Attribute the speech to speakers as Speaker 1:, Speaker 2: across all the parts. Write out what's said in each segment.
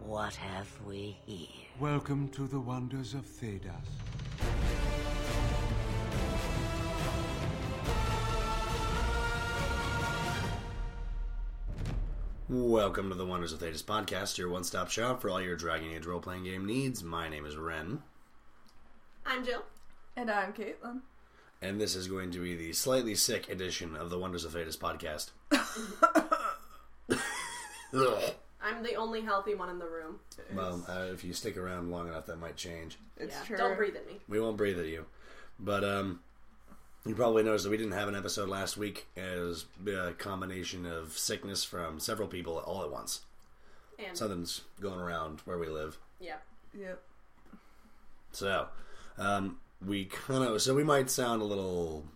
Speaker 1: What have we here?
Speaker 2: Welcome to the wonders of Thedas.
Speaker 3: Welcome to the Wonders of Thetis podcast, your one stop shop for all your Dragon Age role playing game needs. My name is Ren,
Speaker 4: I'm Jill.
Speaker 5: And I'm Caitlin.
Speaker 3: and this is going to be the slightly sick edition of the Wonders of Thetis podcast. Ugh.
Speaker 4: I'm the only healthy one in the room.
Speaker 3: well, uh, if you stick around long enough, that might change.
Speaker 5: It's
Speaker 4: yeah.
Speaker 5: true.
Speaker 4: Don't breathe at me.
Speaker 3: We won't breathe at you. But um, you probably noticed that we didn't have an episode last week as a combination of sickness from several people all at once.
Speaker 4: And
Speaker 3: Something's going around where we live.
Speaker 4: yeah,
Speaker 5: Yep.
Speaker 3: So, um, we kind of so we might sound a little,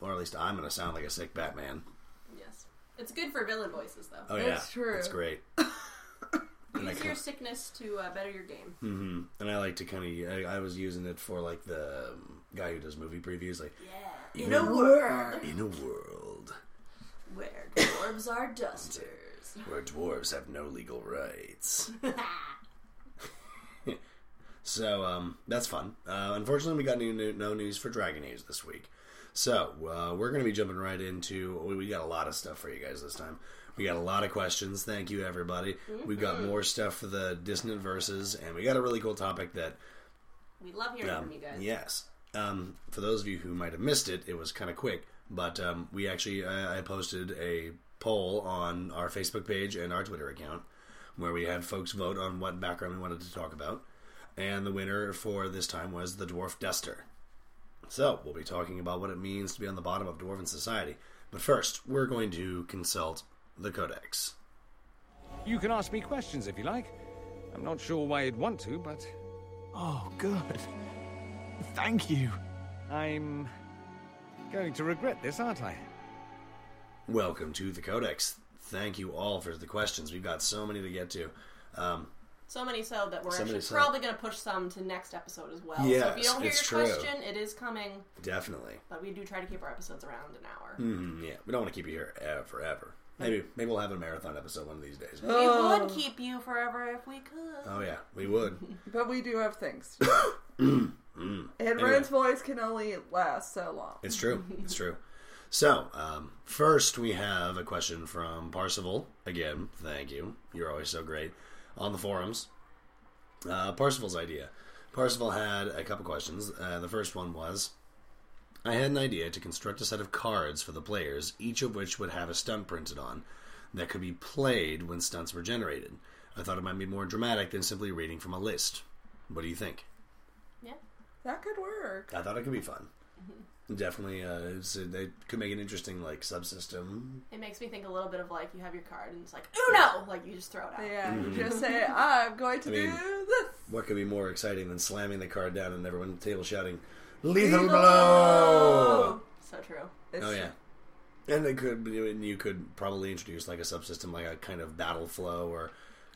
Speaker 3: or at least I'm going to sound like a sick Batman.
Speaker 4: yes, it's good for villain voices though.
Speaker 3: Oh
Speaker 5: That's
Speaker 3: yeah,
Speaker 5: true.
Speaker 3: That's great. and, I,
Speaker 4: Use your sickness to uh, better your game.
Speaker 3: hmm and I like to kind of I, I was using it for like the um, guy who does movie previews, like
Speaker 4: Yeah,
Speaker 3: in, a world, in a world
Speaker 4: where dwarves are dusters.
Speaker 3: where dwarves have no legal rights. So um, that's fun. Uh, unfortunately, we got new, new, no news for Dragon Age this week. So uh, we're going to be jumping right into. We, we got a lot of stuff for you guys this time. We got a lot of questions. Thank you, everybody. We've got more stuff for the dissonant verses, and we got a really cool topic that.
Speaker 4: we love hearing
Speaker 3: Um,
Speaker 4: from you guys.
Speaker 3: Yes. Um, for those of you who might have missed it, it was kind of quick, but um, we actually I, I posted a poll on our Facebook page and our Twitter account where we had folks vote on what background we wanted to talk about, and the winner for this time was the dwarf duster. So we'll be talking about what it means to be on the bottom of dwarven society, but first we're going to consult the codex.
Speaker 6: You can ask me questions if you like. I'm not sure why you'd want to, but
Speaker 7: Oh, good. Thank you.
Speaker 6: I'm going to regret this, aren't I?
Speaker 3: Welcome to the codex. Thank you all for the questions. We've got so many to get to. Um,
Speaker 4: So many so that we're
Speaker 3: So many
Speaker 4: actually
Speaker 3: so.
Speaker 4: probably going to push some to next episode as well. so if
Speaker 3: Yes,
Speaker 4: you don't hear your
Speaker 3: it's true.
Speaker 4: question, it is coming.
Speaker 3: definitely.
Speaker 4: But we do try to keep our episodes around an hour.
Speaker 3: Mm, yeah, we don't want to keep you here eh, forever. Maybe maybe we'll have a marathon episode one of these days.
Speaker 4: We would keep you forever if we could.
Speaker 3: Oh yeah, we would.
Speaker 5: But we do have things. To do. and
Speaker 3: Anyway.
Speaker 5: Ren's voice can only last so long.
Speaker 3: It's true. It's true. So um, first, we have a question from Parsival again. Thank you. You're always so great on the forums. Uh, Parsival's idea. Parsival had a couple questions. Uh, the first one was. I had an idea to construct a set of cards for the players, each of which would have a stunt printed on, that could be played when stunts were generated. I thought it might be more dramatic than simply reading from a list. What do you think?
Speaker 4: Yeah.
Speaker 5: That could work.
Speaker 3: I thought it could be fun. Definitely, uh, it's, they could make an interesting like subsystem.
Speaker 4: It makes me think a little bit of like you have your card and it's like Uno, like you just throw it out.
Speaker 5: Yeah. Just say, I'm going to
Speaker 3: Mm-hmm. I
Speaker 5: do
Speaker 3: mean,
Speaker 5: this.
Speaker 3: What could be more exciting than slamming the card down and everyone at the table shouting, "Lethal
Speaker 5: Lethal
Speaker 3: blow!"
Speaker 4: So true.
Speaker 5: It's,
Speaker 3: Oh yeah, and it could and you could probably introduce like a subsystem like a kind of battle flow or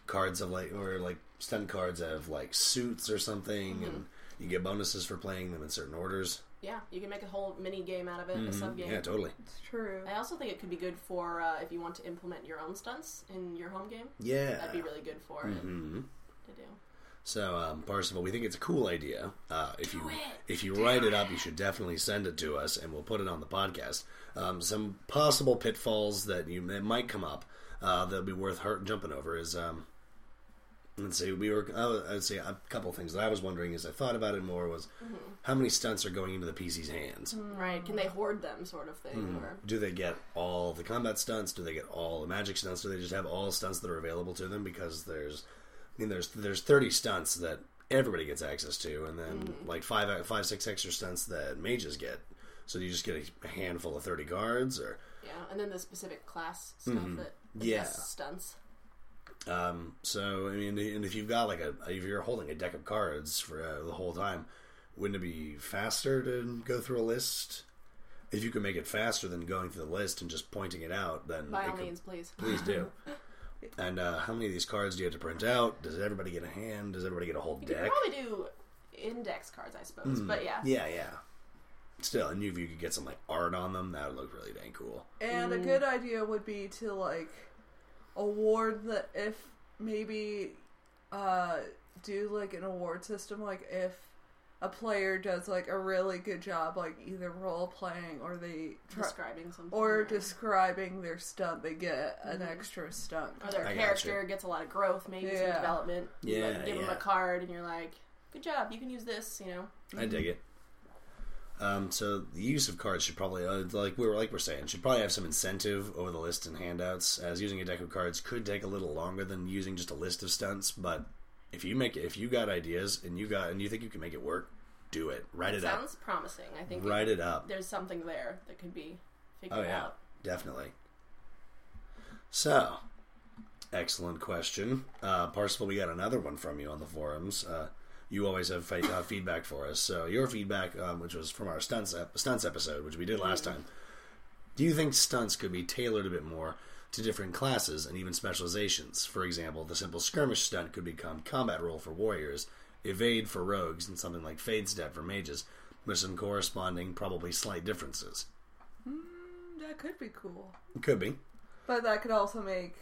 Speaker 3: cards of like or like stun cards of like suits or something,
Speaker 4: Mm-hmm.
Speaker 3: and you get bonuses for playing them in certain orders.
Speaker 4: Yeah, you can make a whole mini game out of it, a sub game.
Speaker 3: Mm-hmm. Yeah, totally.
Speaker 5: It's true.
Speaker 4: I also think it could be good for uh, if you want to implement your own stunts in your home game.
Speaker 3: Yeah, Mm-hmm.
Speaker 4: That'd be really good for it to do.
Speaker 3: So, um, Parsival, we think it's a cool idea. Uh, if you if you write it up, you should definitely send it to us, and we'll put it on the podcast. Um, some possible pitfalls that you that might come up uh, that'll be worth hurt jumping over is um, let's see, we were I would say a couple things that I was wondering as I thought about it more was how many stunts are going into the PC's hands?
Speaker 4: Right? Can they hoard them, sort of thing? Or
Speaker 3: Do they get all the combat stunts? Do they get all the magic stunts? Do they just have all stunts that are available to them? Because there's, I mean, there's there's thirty stunts that everybody gets access to, and then
Speaker 4: Mm.
Speaker 3: like five five six extra stunts that mages get. So do you just get a handful of thirty cards, or
Speaker 4: yeah, and then the specific class stuff that that
Speaker 3: Mm-hmm. Yeah.
Speaker 4: has stunts.
Speaker 3: um, so I mean, and if you've got like a if you're holding a deck of cards for uh, the whole time, wouldn't it be faster to go through a list? If you can make it faster than going through the list and just pointing it out, then
Speaker 4: By
Speaker 3: it
Speaker 4: all
Speaker 3: could-
Speaker 4: means, please.
Speaker 3: Please do. And uh, how many of these cards do you have to print out? Does everybody get a hand? Does everybody get a whole
Speaker 4: You could
Speaker 3: deck?
Speaker 4: probably do index cards, I suppose. But yeah,
Speaker 3: Mm. Yeah, yeah. Still, I knew if you could get some like art on them, that would look really dang cool.
Speaker 5: And a good idea would be to like award the if maybe uh, do like an award system? Like if a player does like a really good job, like either role playing or they try-
Speaker 4: describing something.
Speaker 5: or describing their stunt, they get an extra stunt.
Speaker 4: or their
Speaker 3: I gotcha.
Speaker 4: character gets a lot of growth, maybe some
Speaker 5: Yeah.
Speaker 4: development. You, like,
Speaker 3: Yeah,
Speaker 4: give them
Speaker 3: yeah.
Speaker 4: a card, and you're like, "Good job, you can use this." You know,
Speaker 3: I dig it. Um, so the use of cards should probably, uh, like we were like we're saying, should probably have some incentive over the list and handouts. As using a deck of cards could take a little longer than using just a list of stunts, but if you make if you got ideas and you got and you think you can make it work, do it. Write it up.
Speaker 4: sounds promising. I think
Speaker 3: Write it up.
Speaker 4: there's something there that could be figured
Speaker 3: Oh yeah,
Speaker 4: out.
Speaker 3: definitely. So, excellent question, uh, Parsifal. We got another one from you on the forums. Uh, you always have fe- uh, feedback for us. So your feedback, um, which was from our stunts ep- stunts episode, which we did last time. Do you think stunts could be tailored a bit more to different classes and even specializations? For example, the simple skirmish stunt could become combat roll for warriors, evade for rogues, and something like fade step for mages, with some corresponding, probably slight differences.
Speaker 5: That could be cool,
Speaker 3: Could be.
Speaker 5: but that could also make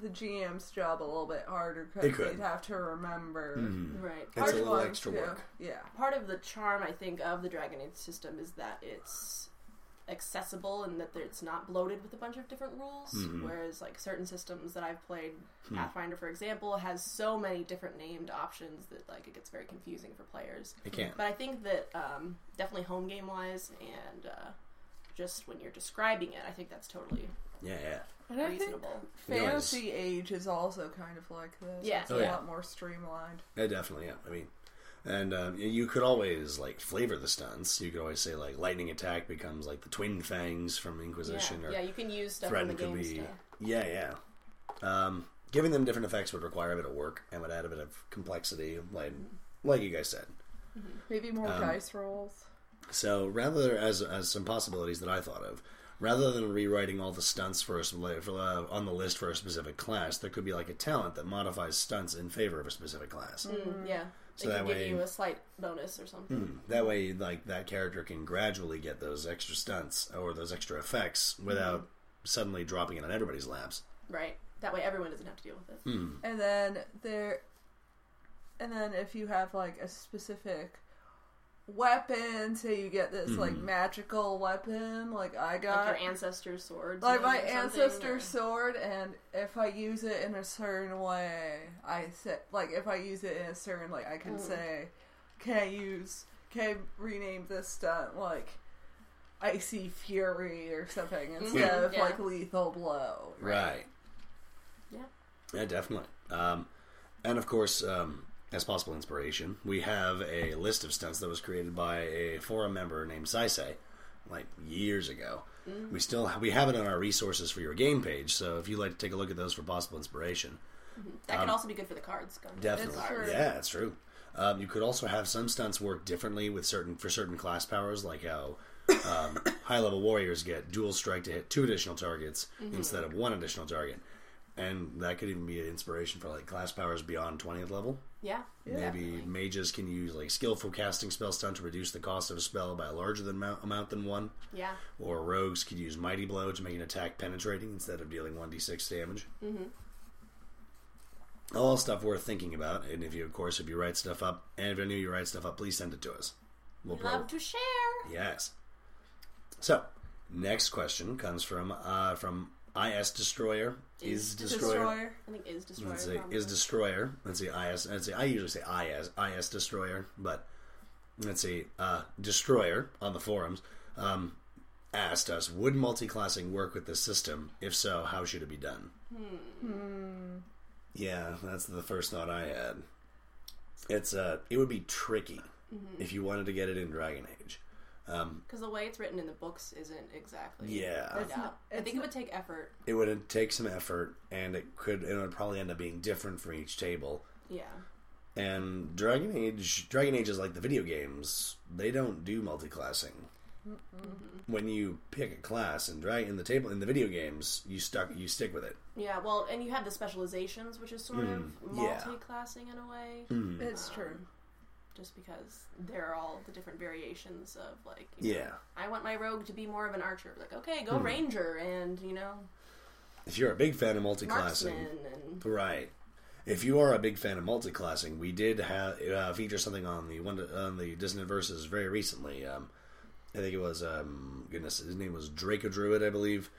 Speaker 5: the GM's job a little bit harder
Speaker 3: It
Speaker 5: because
Speaker 3: could. Mm-hmm.
Speaker 5: they'd have to remember.
Speaker 4: Right.
Speaker 3: It's
Speaker 4: Part
Speaker 3: a
Speaker 4: of,
Speaker 3: little
Speaker 5: One,
Speaker 3: extra
Speaker 5: two.
Speaker 3: work.
Speaker 5: Yeah.
Speaker 4: part of the charm, I think, of the Dragon Age system is that it's accessible and that there- it's not bloated with a bunch of different rules.
Speaker 3: Mm-hmm.
Speaker 4: Whereas, like certain systems that I've played,
Speaker 3: Hmm.
Speaker 4: Pathfinder, for example, has so many different named options that like it gets very confusing for players.
Speaker 3: It can.
Speaker 4: But I think that um, definitely home game wise and uh, just when you're describing it, I think that's totally
Speaker 3: Yeah, yeah.
Speaker 5: And I think
Speaker 4: reasonable.
Speaker 5: Fantasy Age is also kind of like this.
Speaker 4: Yeah.
Speaker 5: It's
Speaker 4: Oh,
Speaker 5: a
Speaker 3: yeah.
Speaker 5: lot more streamlined.
Speaker 3: Yeah, definitely, yeah. I mean, and um, y- you could always, like, flavor the stunts. You could always say, like, lightning attack becomes, like, the twin fangs from
Speaker 4: Yeah.
Speaker 3: Inquisition or
Speaker 4: yeah, you can use stuff in the
Speaker 3: threatened could
Speaker 4: game
Speaker 3: be.
Speaker 4: stuff.
Speaker 3: Yeah, yeah. Um, giving them different effects would require a bit of work and would add a bit of complexity, like, like you guys said.
Speaker 5: Maybe more
Speaker 3: Um,
Speaker 5: dice rolls.
Speaker 3: So rather as as some possibilities that I thought of, rather than rewriting all the stunts for, a, sp- for uh, on the list for a specific class, there could be like a talent that modifies stunts in favor of a specific class.
Speaker 4: Mm, yeah.
Speaker 3: So
Speaker 4: it
Speaker 3: that
Speaker 4: could
Speaker 3: way-
Speaker 4: give you a slight bonus or something.
Speaker 3: That way, like that character can gradually get those extra stunts or those extra effects without suddenly dropping it on everybody's laps.
Speaker 4: Right. That way everyone doesn't have to deal with it.
Speaker 3: Hmm.
Speaker 5: And then there and then if you have like a specific weapon, say you get this like
Speaker 3: Mm-hmm.
Speaker 5: magical weapon like I
Speaker 4: Like
Speaker 5: got
Speaker 4: your ancestor's sword.
Speaker 5: Uh, like
Speaker 4: or
Speaker 5: my
Speaker 4: something,
Speaker 5: ancestor's sword and if i use it in a certain way i say like if i use it in a certain like i
Speaker 4: Mm.
Speaker 5: can say can i use can I rename this stunt like icy fury or something instead of
Speaker 4: Mm-hmm. Yeah.
Speaker 5: like lethal blow
Speaker 3: Right.
Speaker 4: Yeah.
Speaker 3: Yeah, definitely. Um, and of course, um, as possible inspiration, we have a list of stunts that was created by a forum member named Saisei, like years ago. We still we have it on our resources for your game page, so if you'd like to take a look at those for possible inspiration,
Speaker 4: That could also be good for the cards. Going
Speaker 3: Um, Definitely.
Speaker 5: That's true.
Speaker 3: Yeah, that's true. Um, you could also have some stunts work differently with certain for certain class powers, like how um, high level warriors get dual strike to hit two additional targets
Speaker 5: Mm-hmm.
Speaker 3: instead of one additional target, and that could even be an inspiration for like class powers beyond twentieth level.
Speaker 4: Yeah.
Speaker 3: Maybe mages can use like skillful casting spell stunt to reduce the cost of a spell by a larger than amount, amount than one,
Speaker 4: Yeah.
Speaker 3: or rogues could use mighty blow to make an attack penetrating instead of dealing one d six damage.
Speaker 4: Mm-hmm.
Speaker 3: all stuff worth thinking about. And if you, of course, if you write stuff up, and if any of you write stuff up, please send it to us. We'll
Speaker 4: Love to share.
Speaker 3: yes. So, next question comes from uh, from is destroyer is
Speaker 4: Is
Speaker 3: destroyer.
Speaker 4: I think is destroyer.
Speaker 3: Let's see,
Speaker 4: probably.
Speaker 3: is destroyer. Let's see, is. Let's see, I usually say is is destroyer, but let's see, uh, destroyer on the forums um, asked us, would multi-classing work with this system? If so, how should it be done? Hmm. Yeah, that's the first thought I had. It's uh, it would be tricky if you wanted to get it in Dragon Age.
Speaker 4: Because the way it's written in the books isn't exactly.
Speaker 3: Yeah.
Speaker 4: laid
Speaker 3: It's
Speaker 4: out.
Speaker 5: not-
Speaker 4: I
Speaker 5: it's
Speaker 4: think it
Speaker 5: not-
Speaker 4: would take effort.
Speaker 3: It would take some effort, and it could it would probably end up being different from each table.
Speaker 4: Yeah.
Speaker 3: And Dragon Age, Dragon Age is like the video games. They don't do multiclassing. When you pick a class and drag in the table in the video games, you stuck you stick with it.
Speaker 4: Yeah. Well, and you have the specializations, which is sort of
Speaker 3: Mm, yeah. Hmm.
Speaker 4: multi-classing in a way,
Speaker 5: it's true
Speaker 4: just because they're all the different variations of like. you know,
Speaker 3: Yeah.
Speaker 4: I want my rogue to be more of an archer. Like, okay,
Speaker 3: Hmm.
Speaker 4: go ranger, and you know,
Speaker 3: If you're a big fan of multiclassing,
Speaker 4: marksman, and
Speaker 3: right? If you are a big fan of multiclassing, we did have uh, feature something on the one on the Dissonant Verses very recently. Um, I think it was um, goodness, his name was Draco Druid, I believe.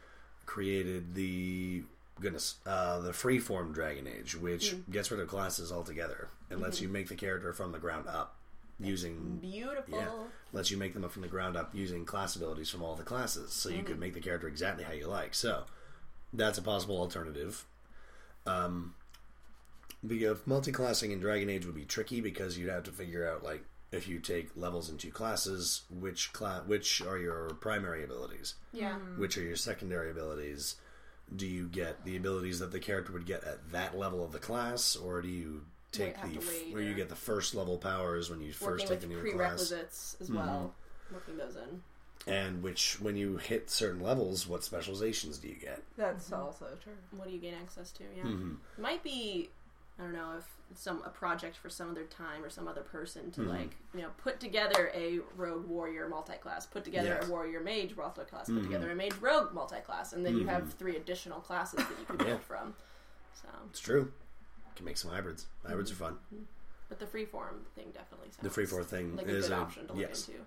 Speaker 3: Created the goodness uh, the freeform Dragon Age, which gets rid of classes altogether and lets you make the character from the ground up using
Speaker 4: Beautiful.
Speaker 3: yeah, lets you make them up from the ground up using class abilities from all the classes, so
Speaker 4: Mm.
Speaker 3: you could make the character exactly how you like. So that's a possible alternative. Um, the uh, multi-classing in Dragon Age would be tricky because you'd have to figure out like if you take levels into classes, which class, which are your primary abilities,
Speaker 4: Yeah.
Speaker 3: which are your secondary abilities. Do you get the abilities that the character would get at that level of the class, or do you take
Speaker 4: have
Speaker 3: the
Speaker 4: to wait,
Speaker 3: where you
Speaker 4: or-
Speaker 3: get the first level powers when you first
Speaker 4: Working
Speaker 3: take a
Speaker 4: with
Speaker 3: new class? Mm-hmm.
Speaker 4: prerequisites as well. Working those in.
Speaker 3: and which when you hit certain levels what specializations do you get
Speaker 5: That's
Speaker 4: Mm-hmm.
Speaker 5: also true.
Speaker 4: What do you gain access to? Yeah.
Speaker 3: Mm-hmm.
Speaker 4: Might be. I don't know if it's some a project for some other time or some other person
Speaker 3: Mm-hmm.
Speaker 4: to like you know put together a rogue warrior multi-class, put together
Speaker 3: Yes. Mm-hmm.
Speaker 4: a warrior mage multi-class, put together a mage rogue multi-class, and then you have three additional classes that you can build from. So,
Speaker 3: it's true can make some hybrids hybrids are fun
Speaker 4: but the freeform thing definitely sounds
Speaker 3: the free for thing
Speaker 4: like a
Speaker 3: is
Speaker 4: good
Speaker 3: a-
Speaker 4: option to look
Speaker 3: yes
Speaker 4: into.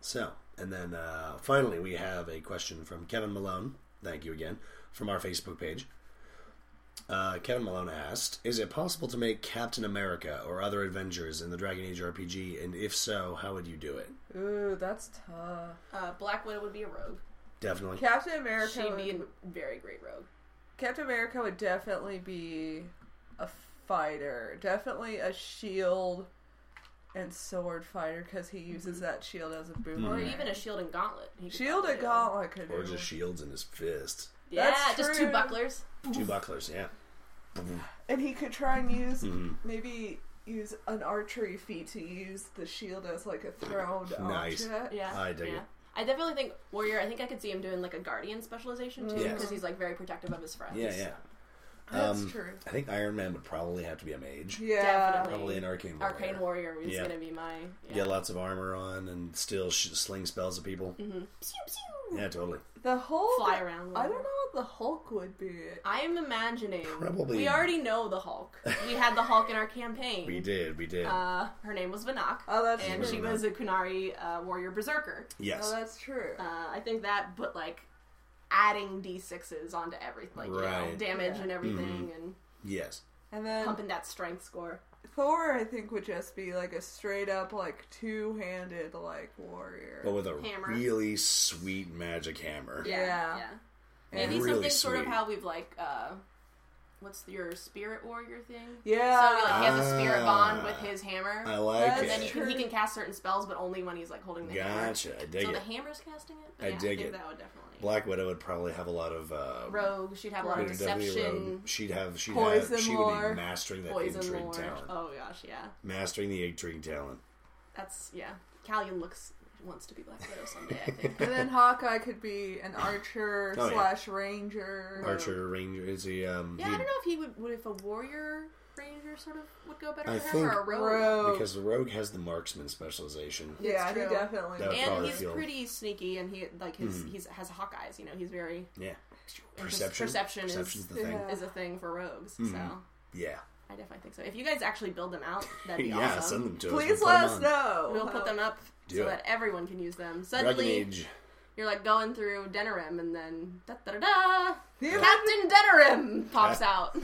Speaker 3: so and then uh, finally we have a question from kevin malone thank you again from our facebook page uh, Kevin Malone asked, "Is it possible to make Captain America or other Avengers in the Dragon Age RPG? And if so, how would you do it?
Speaker 5: Ooh, that's tough.
Speaker 4: Uh, Black Widow would be a rogue.
Speaker 3: Definitely,
Speaker 5: Captain America.
Speaker 4: She'd be
Speaker 5: Would,
Speaker 4: a very great rogue.
Speaker 5: Captain America would definitely be a fighter. Definitely a shield and sword fighter because he uses
Speaker 3: Mm-hmm.
Speaker 5: that shield as a
Speaker 4: Or
Speaker 5: boomerang.
Speaker 4: even a shield and gauntlet. He could
Speaker 5: shield
Speaker 4: probably
Speaker 5: and
Speaker 4: do.
Speaker 5: gauntlet could
Speaker 3: or
Speaker 5: do.
Speaker 3: just shields in his fist,
Speaker 4: Yeah,
Speaker 5: That's
Speaker 4: just two
Speaker 5: true.
Speaker 4: bucklers.
Speaker 3: two bucklers, yeah."
Speaker 5: And he could try and use
Speaker 3: Mm-hmm.
Speaker 5: maybe use an archery feat to use the shield as like a thrown
Speaker 3: Nice.
Speaker 5: object.
Speaker 4: Yeah,
Speaker 3: I dig
Speaker 4: yeah.
Speaker 3: it.
Speaker 4: I definitely think warrior. I think I could see him doing like a guardian specialization too,
Speaker 3: Yes.
Speaker 4: because he's like very protective of his friends.
Speaker 3: Yeah, yeah.
Speaker 5: That's
Speaker 3: Um,
Speaker 5: true.
Speaker 3: I think Iron Man would probably have to be a mage.
Speaker 5: Yeah.
Speaker 4: Definitely.
Speaker 3: Probably an arcane warrior.
Speaker 4: Arcane warrior is
Speaker 3: Yeah.
Speaker 4: gonna be my yeah.
Speaker 3: Get lots of armor on and still sh- sling spells at people.
Speaker 4: Pew, pew.
Speaker 3: Yeah, totally.
Speaker 5: The Hulk.
Speaker 4: Fly around.
Speaker 5: I don't know what the Hulk would be.
Speaker 4: I'm imagining.
Speaker 3: Probably-
Speaker 4: We already know the Hulk. We had the Hulk in our campaign.
Speaker 3: We did, we did.
Speaker 4: Mm-hmm. Uh, her name was Vanak,
Speaker 5: Oh, that's
Speaker 4: and
Speaker 5: true.
Speaker 4: she was a Kunari uh, warrior berserker.
Speaker 5: Oh,
Speaker 3: yes.
Speaker 5: that's true.
Speaker 4: Uh, I think that, but like adding d6s onto everything, like you know,
Speaker 3: Right. Mm-hmm.
Speaker 4: damage and everything, and
Speaker 3: yes.
Speaker 5: and then
Speaker 4: pumping that strength score.
Speaker 5: Thor, I think, would just be like a straight up, like two handed, like warrior.
Speaker 3: But with a
Speaker 4: Hammer.
Speaker 3: really sweet magic hammer.
Speaker 5: Yeah.
Speaker 4: yeah.
Speaker 5: And
Speaker 4: Maybe
Speaker 3: really
Speaker 4: something sort of
Speaker 3: sweet.
Speaker 4: how we've like, uh, what's your spirit warrior thing? So
Speaker 5: Yeah.
Speaker 4: he, like, he has a spirit bond
Speaker 3: Ah.
Speaker 4: with his hammer,
Speaker 3: I like
Speaker 5: That's
Speaker 4: and then you
Speaker 3: it.
Speaker 4: can, he can cast certain spells, but only when he's like holding the hammer.
Speaker 3: Gotcha. I dig
Speaker 4: so
Speaker 3: it.
Speaker 4: the hammer's casting it. But
Speaker 3: I
Speaker 4: yeah,
Speaker 3: dig
Speaker 4: I think
Speaker 3: it.
Speaker 4: That would definitely.
Speaker 3: Black Widow would probably have a lot of. Uh,
Speaker 4: Rogue, she'd have a lot of
Speaker 3: would definitely
Speaker 4: deception,
Speaker 3: E rogue. She'd have. She'd
Speaker 5: Poison
Speaker 3: have. She would
Speaker 5: lore.
Speaker 3: be mastering that
Speaker 4: poison
Speaker 3: intrigue
Speaker 4: lore.
Speaker 3: talent.
Speaker 4: Oh gosh, yeah.
Speaker 3: Mastering the intrigue talent.
Speaker 4: That's yeah. Callion looks wants to be Black Widow someday. I think.
Speaker 5: and then Hawkeye could be an archer
Speaker 3: Oh, yeah.
Speaker 5: slash ranger.
Speaker 3: Archer, Ranger. Is he. Um,
Speaker 4: Yeah, I
Speaker 3: he'd-
Speaker 4: don't know if he would, would if a warrior ranger sort of would go better
Speaker 3: I
Speaker 4: for him or a
Speaker 3: think-
Speaker 4: rogue.
Speaker 5: Rogue.
Speaker 3: Because the rogue has the marksman specialization.
Speaker 5: yeah,
Speaker 4: It's
Speaker 5: he
Speaker 4: true.
Speaker 5: definitely.
Speaker 3: That-
Speaker 4: And
Speaker 3: Probably
Speaker 4: he's
Speaker 3: feel- Hmm.
Speaker 4: pretty sneaky, and he like his he's has hawk eyes. You know, he's very
Speaker 3: Yeah.
Speaker 4: and just
Speaker 3: Perception.
Speaker 4: Perception is,
Speaker 3: Perception's the thing.
Speaker 5: Yeah.
Speaker 4: is a thing for rogues.
Speaker 3: Hmm.
Speaker 4: So
Speaker 3: Yeah.
Speaker 4: I definitely think so. If you guys actually build them out, that'd be
Speaker 3: yeah,
Speaker 4: awesome.
Speaker 3: send them to us.
Speaker 5: Please
Speaker 3: We'll
Speaker 5: let
Speaker 3: put 'em
Speaker 5: us
Speaker 3: on.
Speaker 5: know.
Speaker 4: We'll put them up
Speaker 3: Do
Speaker 4: so
Speaker 3: it.
Speaker 4: that everyone can use them.
Speaker 3: Dragon
Speaker 4: Suddenly,
Speaker 3: Age.
Speaker 4: you're like going through Denarim, and then da da da da.
Speaker 5: Yeah.
Speaker 4: Captain Denarim pops out.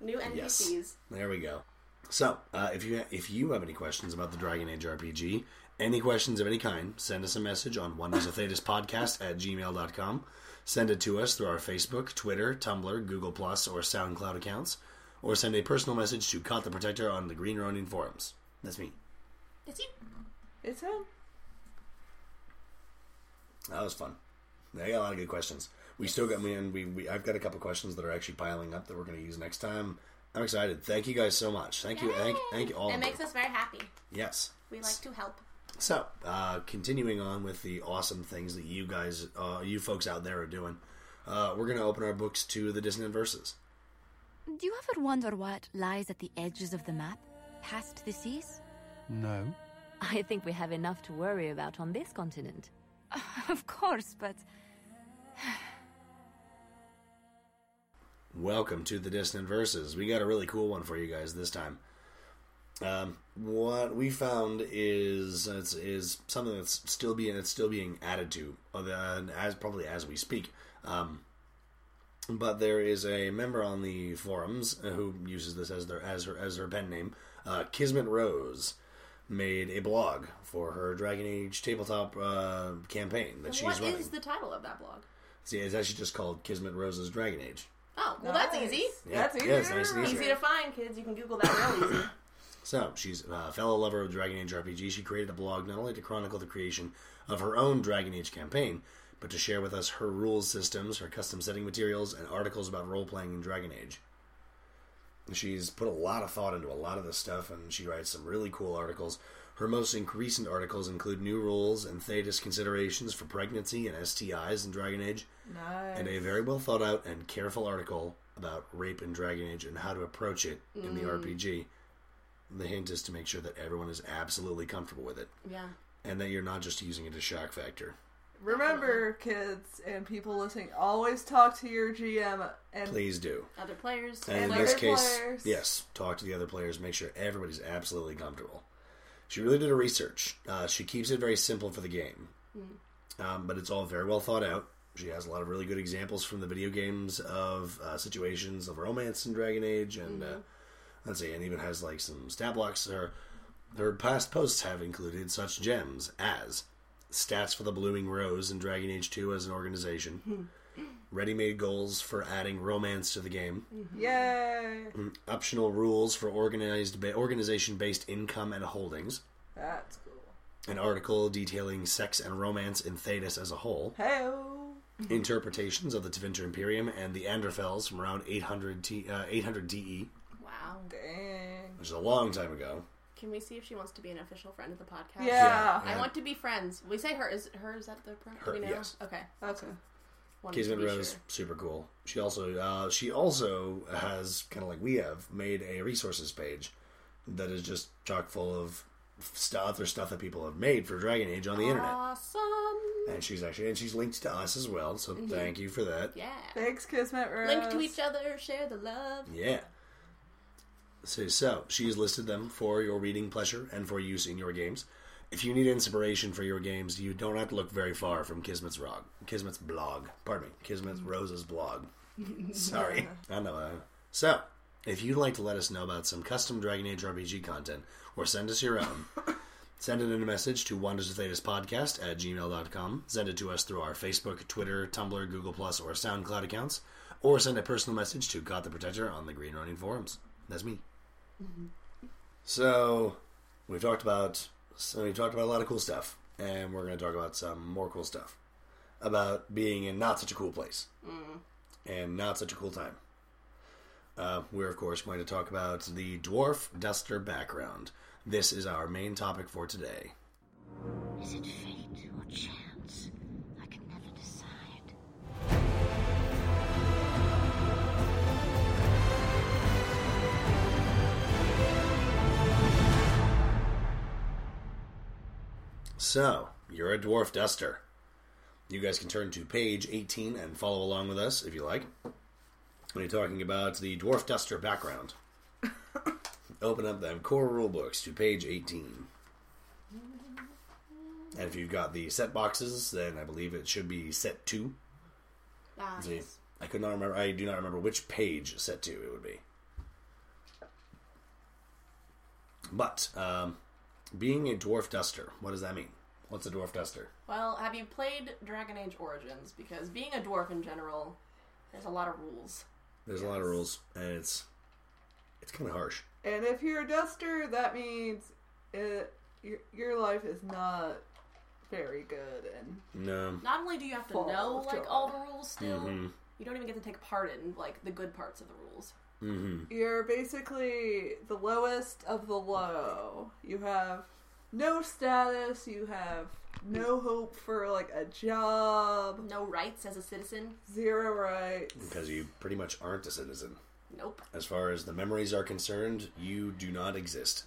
Speaker 4: New
Speaker 3: Yes.
Speaker 4: NPCs.
Speaker 3: There we go. So, uh, if you if you have any questions about the Dragon Age RPG, any questions of any kind, send us a message on Wonders of Thetis podcast at gmail.com. Send it to us through our Facebook, Twitter, Tumblr, Google Plus, or SoundCloud accounts, or send a personal message to Caught the Protector on the Green Ronin forums. That's me.
Speaker 4: It's you.
Speaker 5: It's him.
Speaker 3: That was fun. I got a lot of good questions. We still got me, and we, we I've got a couple questions that are actually piling up that we're going to use next time. I'm excited. Thank you guys so much. Thank you, thank, thank you all.
Speaker 4: It
Speaker 3: of
Speaker 4: makes
Speaker 3: you.
Speaker 4: us very happy.
Speaker 3: yes.
Speaker 4: We like to help.
Speaker 3: So, uh, continuing on with the awesome things that you guys, uh, you folks out there are doing, uh, we're going to open our books to the Dissonant Verses.
Speaker 1: Do you ever wonder what lies at the edges of the map, past the seas?
Speaker 2: No.
Speaker 1: I think we have enough to worry about on this continent. of course, but
Speaker 3: Welcome to the Distant Verses. We got a really cool one for you guys this time. Um, what we found is is, is something that's still being that's still being added to, uh, the- as probably as we speak. Um, but there is a member on the forums uh, who uses this as their as her as her pen name. Uh, Kismet Rose made a blog for her Dragon Age tabletop uh, campaign that she's
Speaker 4: What
Speaker 3: running.
Speaker 4: is the title of that blog?
Speaker 3: See, it's actually just called Kismet Rose's Dragon Age.
Speaker 4: Oh, well, that's
Speaker 5: Nice.
Speaker 4: easy.
Speaker 5: That's
Speaker 3: Yeah,
Speaker 5: easy.
Speaker 3: yeah, it's nice and easy.
Speaker 4: Easy to find, kids. You can Google that real easy.
Speaker 3: So she's a fellow lover of Dragon Age RPG. She created a blog not only to chronicle the creation of her own Dragon Age campaign, but to share with us her rules systems, her custom setting materials, and articles about role playing in Dragon Age. She's put a lot of thought into a lot of this stuff, and she writes some really cool articles. Her most inc- recent articles include new rules and Thetis considerations for pregnancy and STIs in Dragon Age,
Speaker 5: Nice.
Speaker 3: and a very well thought out and careful article about rape in Dragon Age and how to approach it in the RPG. The hint is to make sure that everyone is absolutely comfortable with it
Speaker 4: Yeah.
Speaker 3: and that you're not just using it as shock factor.
Speaker 5: Remember, kids and people listening, always talk to your GM and
Speaker 3: Please do.
Speaker 4: Other players.
Speaker 3: And, in
Speaker 5: other
Speaker 3: this case,
Speaker 5: players.
Speaker 3: yes, talk to the other players, make sure everybody's absolutely comfortable. She really did her research. Uh, she keeps it very simple for the game,
Speaker 5: Hmm.
Speaker 3: um, but it's all very well thought out. She has a lot of really good examples from the video games of uh, situations of romance in Dragon Age, and
Speaker 5: Mm-hmm.
Speaker 3: uh, let's see, and even has like some stat blocks. Her her past posts have included such gems as stats for the Blooming Rose in Dragon Age Two as an organization,
Speaker 5: Hmm.
Speaker 3: ready-made goals for adding romance to the game,
Speaker 5: yay!
Speaker 3: Mm-hmm. optional rules for organized ba- organization-based income and holdings,
Speaker 5: That's cool.
Speaker 3: an article detailing sex and romance in Thetis as a whole,
Speaker 5: Hey,
Speaker 3: interpretations of the Tevinter Imperium and the Anderfels from around 800 T, uh, 800 DE,
Speaker 4: Wow.
Speaker 5: dang.
Speaker 3: which is a long time ago.
Speaker 4: Can we see if she wants to be an official friend of the podcast?
Speaker 5: Yeah.
Speaker 4: Oh, I want to be friends. We say her. Is her? Is that the pro?
Speaker 3: Her,
Speaker 4: we know?
Speaker 3: yes.
Speaker 4: Okay.
Speaker 5: Okay.
Speaker 4: Wanted
Speaker 3: Kismet
Speaker 4: to be
Speaker 3: Rose,
Speaker 4: sure.
Speaker 3: super cool. She also uh, she also has kind of like we have made a resources page that is just chock full of stuff or stuff that people have made for Dragon Age
Speaker 4: Oh,
Speaker 3: on the internet.
Speaker 4: Awesome.
Speaker 3: And she's actually and she's linked to us as well, so thank you for that.
Speaker 4: Yeah.
Speaker 5: Thanks, Kismet Rose.
Speaker 4: Link to each other. Share the love.
Speaker 3: Yeah. So, so she has listed them for your reading pleasure and for use in your games. If you need inspiration for your games, you don't have to look very far from Kismet's rog, Kismet's blog. Pardon me, Kismet's Rose's blog. Sorry, I know. I So, if you'd like to let us know about some custom Dragon Age RPG content or send us your own, send it in a message to Wonders of Thetis podcast at gmail.com. Send it to us through our Facebook, Twitter, Tumblr, Google, Plus, or SoundCloud accounts. Or send a personal message to God the Protector on the Green Running forums. That's me. So, we've talked about so we talked about a lot of cool stuff, and we're going to talk about some more cool stuff about being in not such a cool place and not such a cool time. Uh, we're, of course, going to talk about the dwarf duster background. This is our main topic for today.
Speaker 8: Is it fate or chance? I can never decide.
Speaker 3: So, you're a dwarf duster. You guys can turn to page 18 and follow along with us if you like. We're talking about the dwarf duster background. Open up them core rule books to page 18. And if you've got the set boxes, then I believe it should be set 2.
Speaker 4: Nice.
Speaker 3: See, I could not remember. I do not remember which page set two it would be. But um, being a dwarf duster, what does that mean? What's a dwarf duster?
Speaker 4: Well, have you played Dragon Age Origins? Because being a dwarf in general, there's a lot of rules.
Speaker 3: There's a lot of rules, and it's it's kind of harsh.
Speaker 5: And if you're a duster, that means it, your, your life is not very good. And
Speaker 3: No,
Speaker 4: Not only do you have to
Speaker 5: Full
Speaker 4: know
Speaker 5: of
Speaker 4: like
Speaker 5: joy.
Speaker 4: all the rules still,
Speaker 3: Mm-hmm.
Speaker 4: you don't even get to take part in like the good parts of the rules.
Speaker 5: you're basically the lowest of the low. You have no status, you have no hope for like a job,
Speaker 4: No rights as a citizen.
Speaker 5: zero rights.
Speaker 3: because you pretty much aren't a citizen.
Speaker 4: Nope.
Speaker 3: As far as the memories are concerned, you do not exist.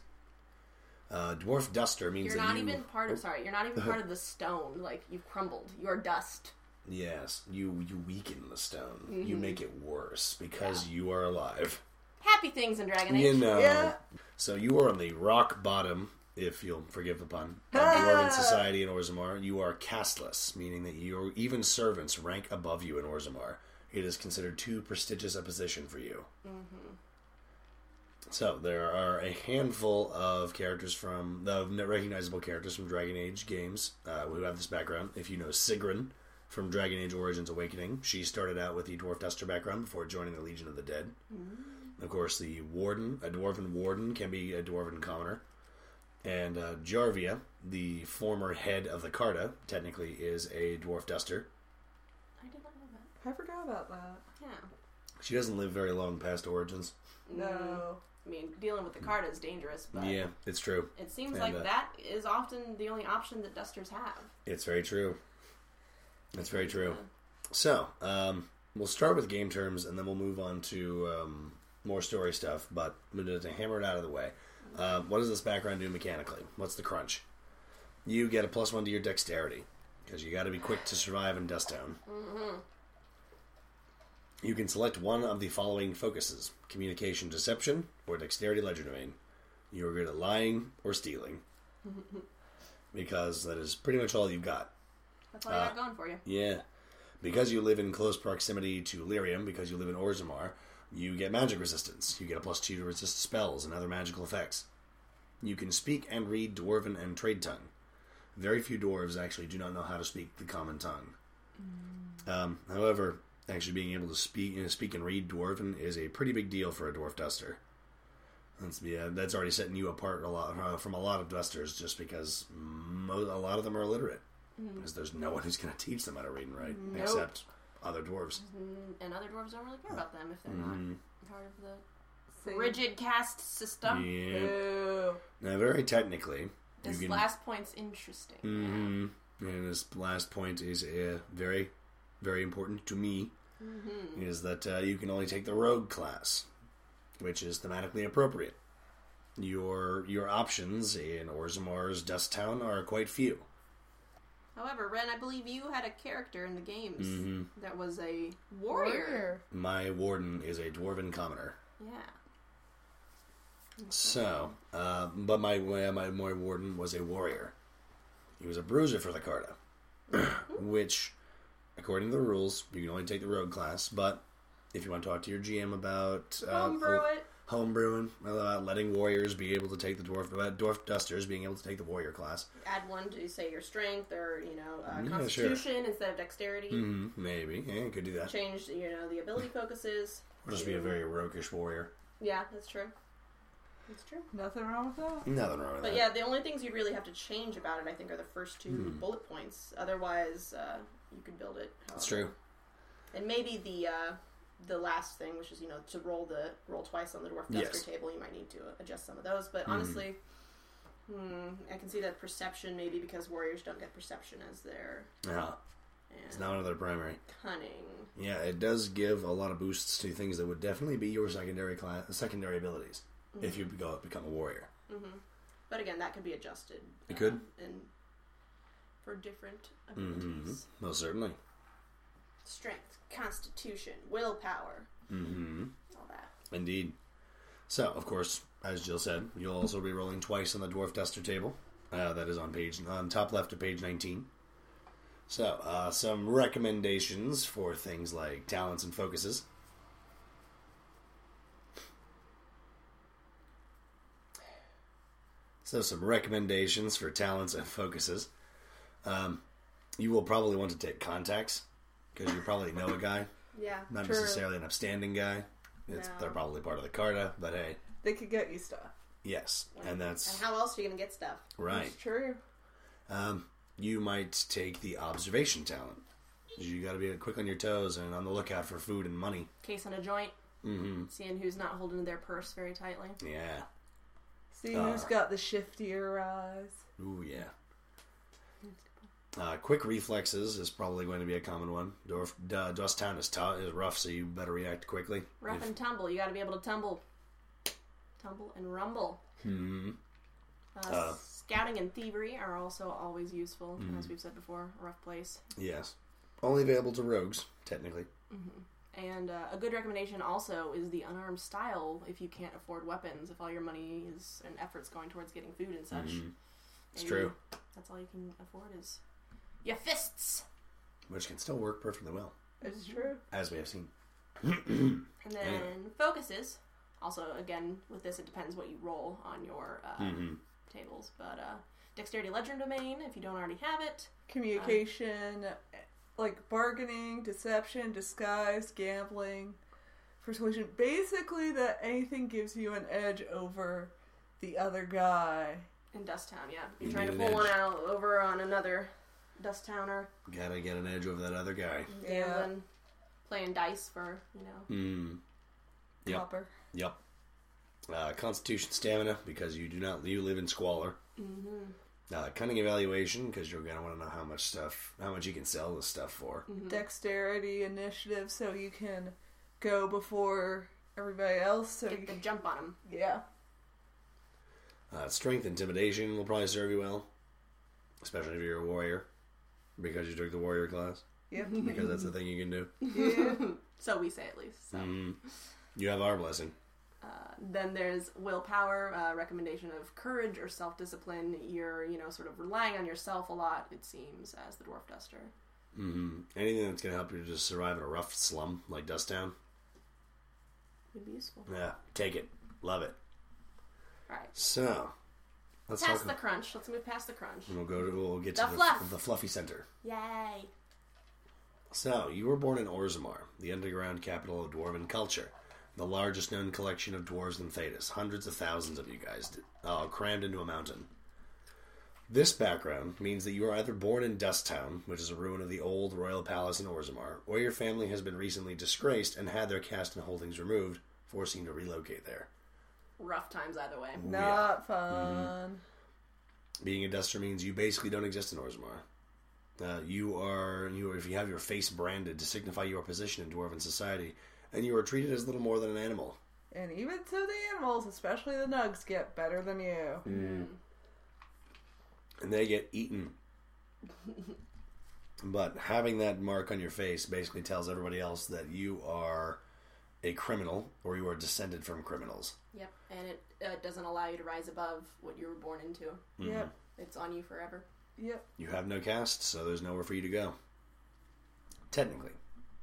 Speaker 3: Uh, dwarf duster means
Speaker 4: You're
Speaker 3: that
Speaker 4: not
Speaker 3: you Oh. Uh-huh.
Speaker 4: even part of. Sorry, you're not even part of the stone. Like you've crumbled. You're dust.
Speaker 3: Yes, you you weaken the stone.
Speaker 4: Mm-hmm.
Speaker 3: You make it worse because you are alive.
Speaker 4: Happy things in Dragon Age.
Speaker 3: You know.
Speaker 5: Yeah.
Speaker 3: So you are on the rock bottom, if you'll forgive the pun, of the Dwarven Society in Orzammar. You are castless, meaning that your even servants rank above you in Orzammar. It is considered too prestigious a position for you. So there are a handful of characters from the recognizable characters from Dragon Age games uh, who have this background. If you know Sigrun from Dragon Age Origins Awakening, she started out with the Dwarf Duster background before joining the Legion of the Dead. Of course, the warden, a dwarven warden, can be a dwarven commoner. And uh, Jarvia, the former head of the Carta, technically is a dwarf duster.
Speaker 4: I did not know that.
Speaker 5: I forgot about that.
Speaker 4: Yeah.
Speaker 3: She doesn't live very long past Origins.
Speaker 5: No.
Speaker 4: I mean, dealing with the card is dangerous, but
Speaker 3: yeah, it's true.
Speaker 4: it seems
Speaker 3: And,
Speaker 4: like
Speaker 3: uh,
Speaker 4: that is often the only option that Dusters have.
Speaker 3: It's very true. It's very true. So, um, we'll start with game terms and then we'll move on to um, more story stuff, but I'm going to hammer it out of the way. Uh, what does this background do mechanically? What's the crunch? You get a plus one to your dexterity because you got to be quick to survive in Dust Town. You can select one of the following focuses communication, deception, or dexterity ledger domain. You are good at lying or stealing because that is pretty much all you've got.
Speaker 4: That's
Speaker 3: Uh,
Speaker 4: all you got going for you.
Speaker 3: Yeah. Because you live in close proximity to Lyrium, because you live in Orzammar, you get magic resistance. You get a plus two to resist spells and other magical effects. You can speak and read Dwarven and Trade Tongue. Very few dwarves actually do not know how to speak the common tongue. Um, however, actually being able to speak, uh, speak and read Dwarven is a pretty big deal for a dwarf duster. That's yeah, that's already setting you apart a lot uh, from a lot of dusters, just because mo- a lot of them are illiterate because there's no one who's going to teach them how to read and write except other dwarves.
Speaker 4: And other dwarves don't really care about them if they're
Speaker 3: mm-hmm.
Speaker 4: not part of the
Speaker 5: See?
Speaker 4: rigid caste system.
Speaker 3: Yeah.
Speaker 5: Ew.
Speaker 3: Now, very technically,
Speaker 4: This
Speaker 3: you can.
Speaker 4: last point's interesting.
Speaker 3: Mhm. And this last point is uh, very, very important to me.
Speaker 4: Mm-hmm.
Speaker 3: Is that uh, you can only take the rogue class, which is thematically appropriate. Your your options in Orzammar's Dust Town are quite few.
Speaker 4: However, Ren, I believe you had a character in the games
Speaker 3: Mhm.
Speaker 4: that was a warrior.
Speaker 5: Warrior.
Speaker 3: My warden is a dwarven commoner.
Speaker 4: Yeah.
Speaker 3: So, uh, but my my my warden was a warrior. He was a bruiser for the Carta, which, according to the rules, you can only take the rogue class. But if you want to talk to your GM about uh,
Speaker 4: Homebrew
Speaker 3: home-
Speaker 4: it.
Speaker 3: homebrewing, about letting warriors be able to take the dwarf about dwarf dusters being able to take the warrior class,
Speaker 4: Add one to say your strength or you know uh,
Speaker 3: Yeah, sure.
Speaker 4: constitution instead of dexterity.
Speaker 3: mm, maybe yeah, you could do that.
Speaker 4: Change you know the ability focuses.
Speaker 3: Or just be a
Speaker 4: to-
Speaker 3: very roguish warrior.
Speaker 4: Yeah, that's true. That's true.
Speaker 5: Nothing wrong with that.
Speaker 3: Nothing wrong with
Speaker 4: But
Speaker 3: that.
Speaker 4: yeah, the only things you really have to change about it, I think, are the first two
Speaker 3: Hmm.
Speaker 4: bullet points. Otherwise, uh, you could build it.
Speaker 3: That's
Speaker 4: however.
Speaker 3: true.
Speaker 4: And maybe the uh, the last thing, which is you know to roll the roll twice on the dwarf duster
Speaker 3: Yes.
Speaker 4: table, you might need to adjust some of those. But honestly, hmm, I can see that perception maybe because warriors don't get perception as their
Speaker 3: Yeah, it's
Speaker 4: and
Speaker 3: not another primary.
Speaker 4: cunning.
Speaker 3: Yeah, it does give a lot of boosts to things that would definitely be your secondary class, secondary abilities if you go become a warrior.
Speaker 4: But again, that could be adjusted.
Speaker 3: It
Speaker 4: uh,
Speaker 3: could.
Speaker 4: and for different abilities.
Speaker 3: Most certainly.
Speaker 4: Strength, constitution, willpower. Mm-hmm. All that.
Speaker 3: Indeed. So, of course, as Jill said, you'll also be rolling twice on the dwarf duster table. Uh, that is on page on top left of page nineteen. So, uh, some recommendations for things like talents and focuses. So, some recommendations for talents and focuses. Um, you will probably want to take contacts because you probably know a guy
Speaker 4: Yeah.
Speaker 3: not necessarily an upstanding guy. It's,
Speaker 4: No.
Speaker 3: They're probably part of the Carta, but hey,
Speaker 5: They could get you stuff.
Speaker 3: yes, and that's
Speaker 4: And how else are you going to get stuff?
Speaker 3: right.
Speaker 5: It's true.
Speaker 3: Um, you might take the observation talent. You got to be quick on your toes and on the lookout for food and money.
Speaker 4: Case on a joint. Mm-hmm. Seeing who's not holding their purse very tightly.
Speaker 3: Yeah.
Speaker 5: See who's got the shiftier eyes.
Speaker 3: Ooh, yeah. Uh, quick reflexes is probably going to be a common one. Dwarf, uh, Dust Town is, tou- is rough, so you better react quickly.
Speaker 4: Rough and tumble. You got to be able to tumble. Tumble and rumble. Hmm. Uh, Scouting and thievery are also always useful, as we've said before. A rough place.
Speaker 3: Yes. Only available to rogues, technically.
Speaker 4: And uh, a good recommendation also is the unarmed style if you can't afford weapons, if all your money is and efforts going towards getting food and such.
Speaker 3: It's
Speaker 4: And
Speaker 3: true.
Speaker 4: That's all you can afford is your fists.
Speaker 3: Which can still work perfectly well,
Speaker 5: It's true.
Speaker 3: as we have seen.
Speaker 4: And then focuses. Also, again, with this, it depends what you roll on your uh,
Speaker 3: Mm-hmm.
Speaker 4: tables. But uh, dexterity ledger domain, if you don't already have it.
Speaker 5: Um, Communication, like bargaining, deception, disguise, gambling, persuasion. Basically, that anything gives you an edge over the other guy.
Speaker 4: In Dust Town, yeah.
Speaker 3: You
Speaker 4: You're trying to
Speaker 3: need
Speaker 4: pull
Speaker 3: an
Speaker 4: one
Speaker 3: edge.
Speaker 4: out over on another Dust Towner.
Speaker 3: Gotta get an edge over that other guy.
Speaker 4: Gambling. Playing dice for, you know.
Speaker 3: Mm. Yep.
Speaker 5: Copper.
Speaker 3: Yep. Uh, constitution stamina because you do not you live in squalor. Mm-hmm. Uh, cunning evaluation because you're gonna want to know how much stuff how much you can sell this stuff for.
Speaker 5: Dexterity, initiative, so you can go before everybody else. So you
Speaker 4: Get the
Speaker 5: can,
Speaker 4: jump on them.
Speaker 5: yeah.
Speaker 4: Mm-hmm.
Speaker 3: Uh, strength intimidation will probably serve you well, especially if you're a warrior because you took the warrior class
Speaker 5: Yep.
Speaker 3: because that's the thing you can do.
Speaker 4: Mm-hmm. So we say at least. So.
Speaker 3: Mm.
Speaker 4: Uh,
Speaker 3: You have our blessing.
Speaker 4: Then there's willpower, uh, recommendation of courage or self discipline. You're, you know, sort of relying on yourself a lot, it seems, as the dwarf duster.
Speaker 3: Anything that's gonna help you to just survive in a rough slum like Dust Town.
Speaker 4: Would be useful.
Speaker 3: Yeah, take it, love it.
Speaker 4: All right.
Speaker 3: So let's
Speaker 4: Past
Speaker 3: talk.
Speaker 4: the crunch. Let's move past the crunch.
Speaker 3: we'll go to we'll get
Speaker 4: The
Speaker 3: to
Speaker 4: fluff.
Speaker 3: The, the fluffy center.
Speaker 4: Yay.
Speaker 3: So, you were born in Orzammar, the underground capital of dwarven culture, the largest known collection of dwarves and thetas. Hundreds of thousands of you guys did, uh, crammed into a mountain. This background means that you are either born in Dust Town, which is a ruin of the old royal palace in Orzammar, or your family has been recently disgraced and had their caste and holdings removed, forcing you to relocate there.
Speaker 4: Rough times either way.
Speaker 5: Not fun.
Speaker 3: Being a duster means you basically don't exist in Orzammar. Uh, you are, you if you have your face branded to signify your position in dwarven society, and you are treated as little more than an animal.
Speaker 5: And even so, the animals, especially the nugs, get better than you.
Speaker 3: and they get eaten. but having that mark on your face basically tells everybody else that you are a criminal or you are descended from criminals.
Speaker 4: Yep. And it uh, doesn't allow you to rise above what you were born into.
Speaker 5: Yep.
Speaker 4: It's on you forever.
Speaker 5: Yep.
Speaker 3: You have no caste, so there's nowhere for you to go. Technically,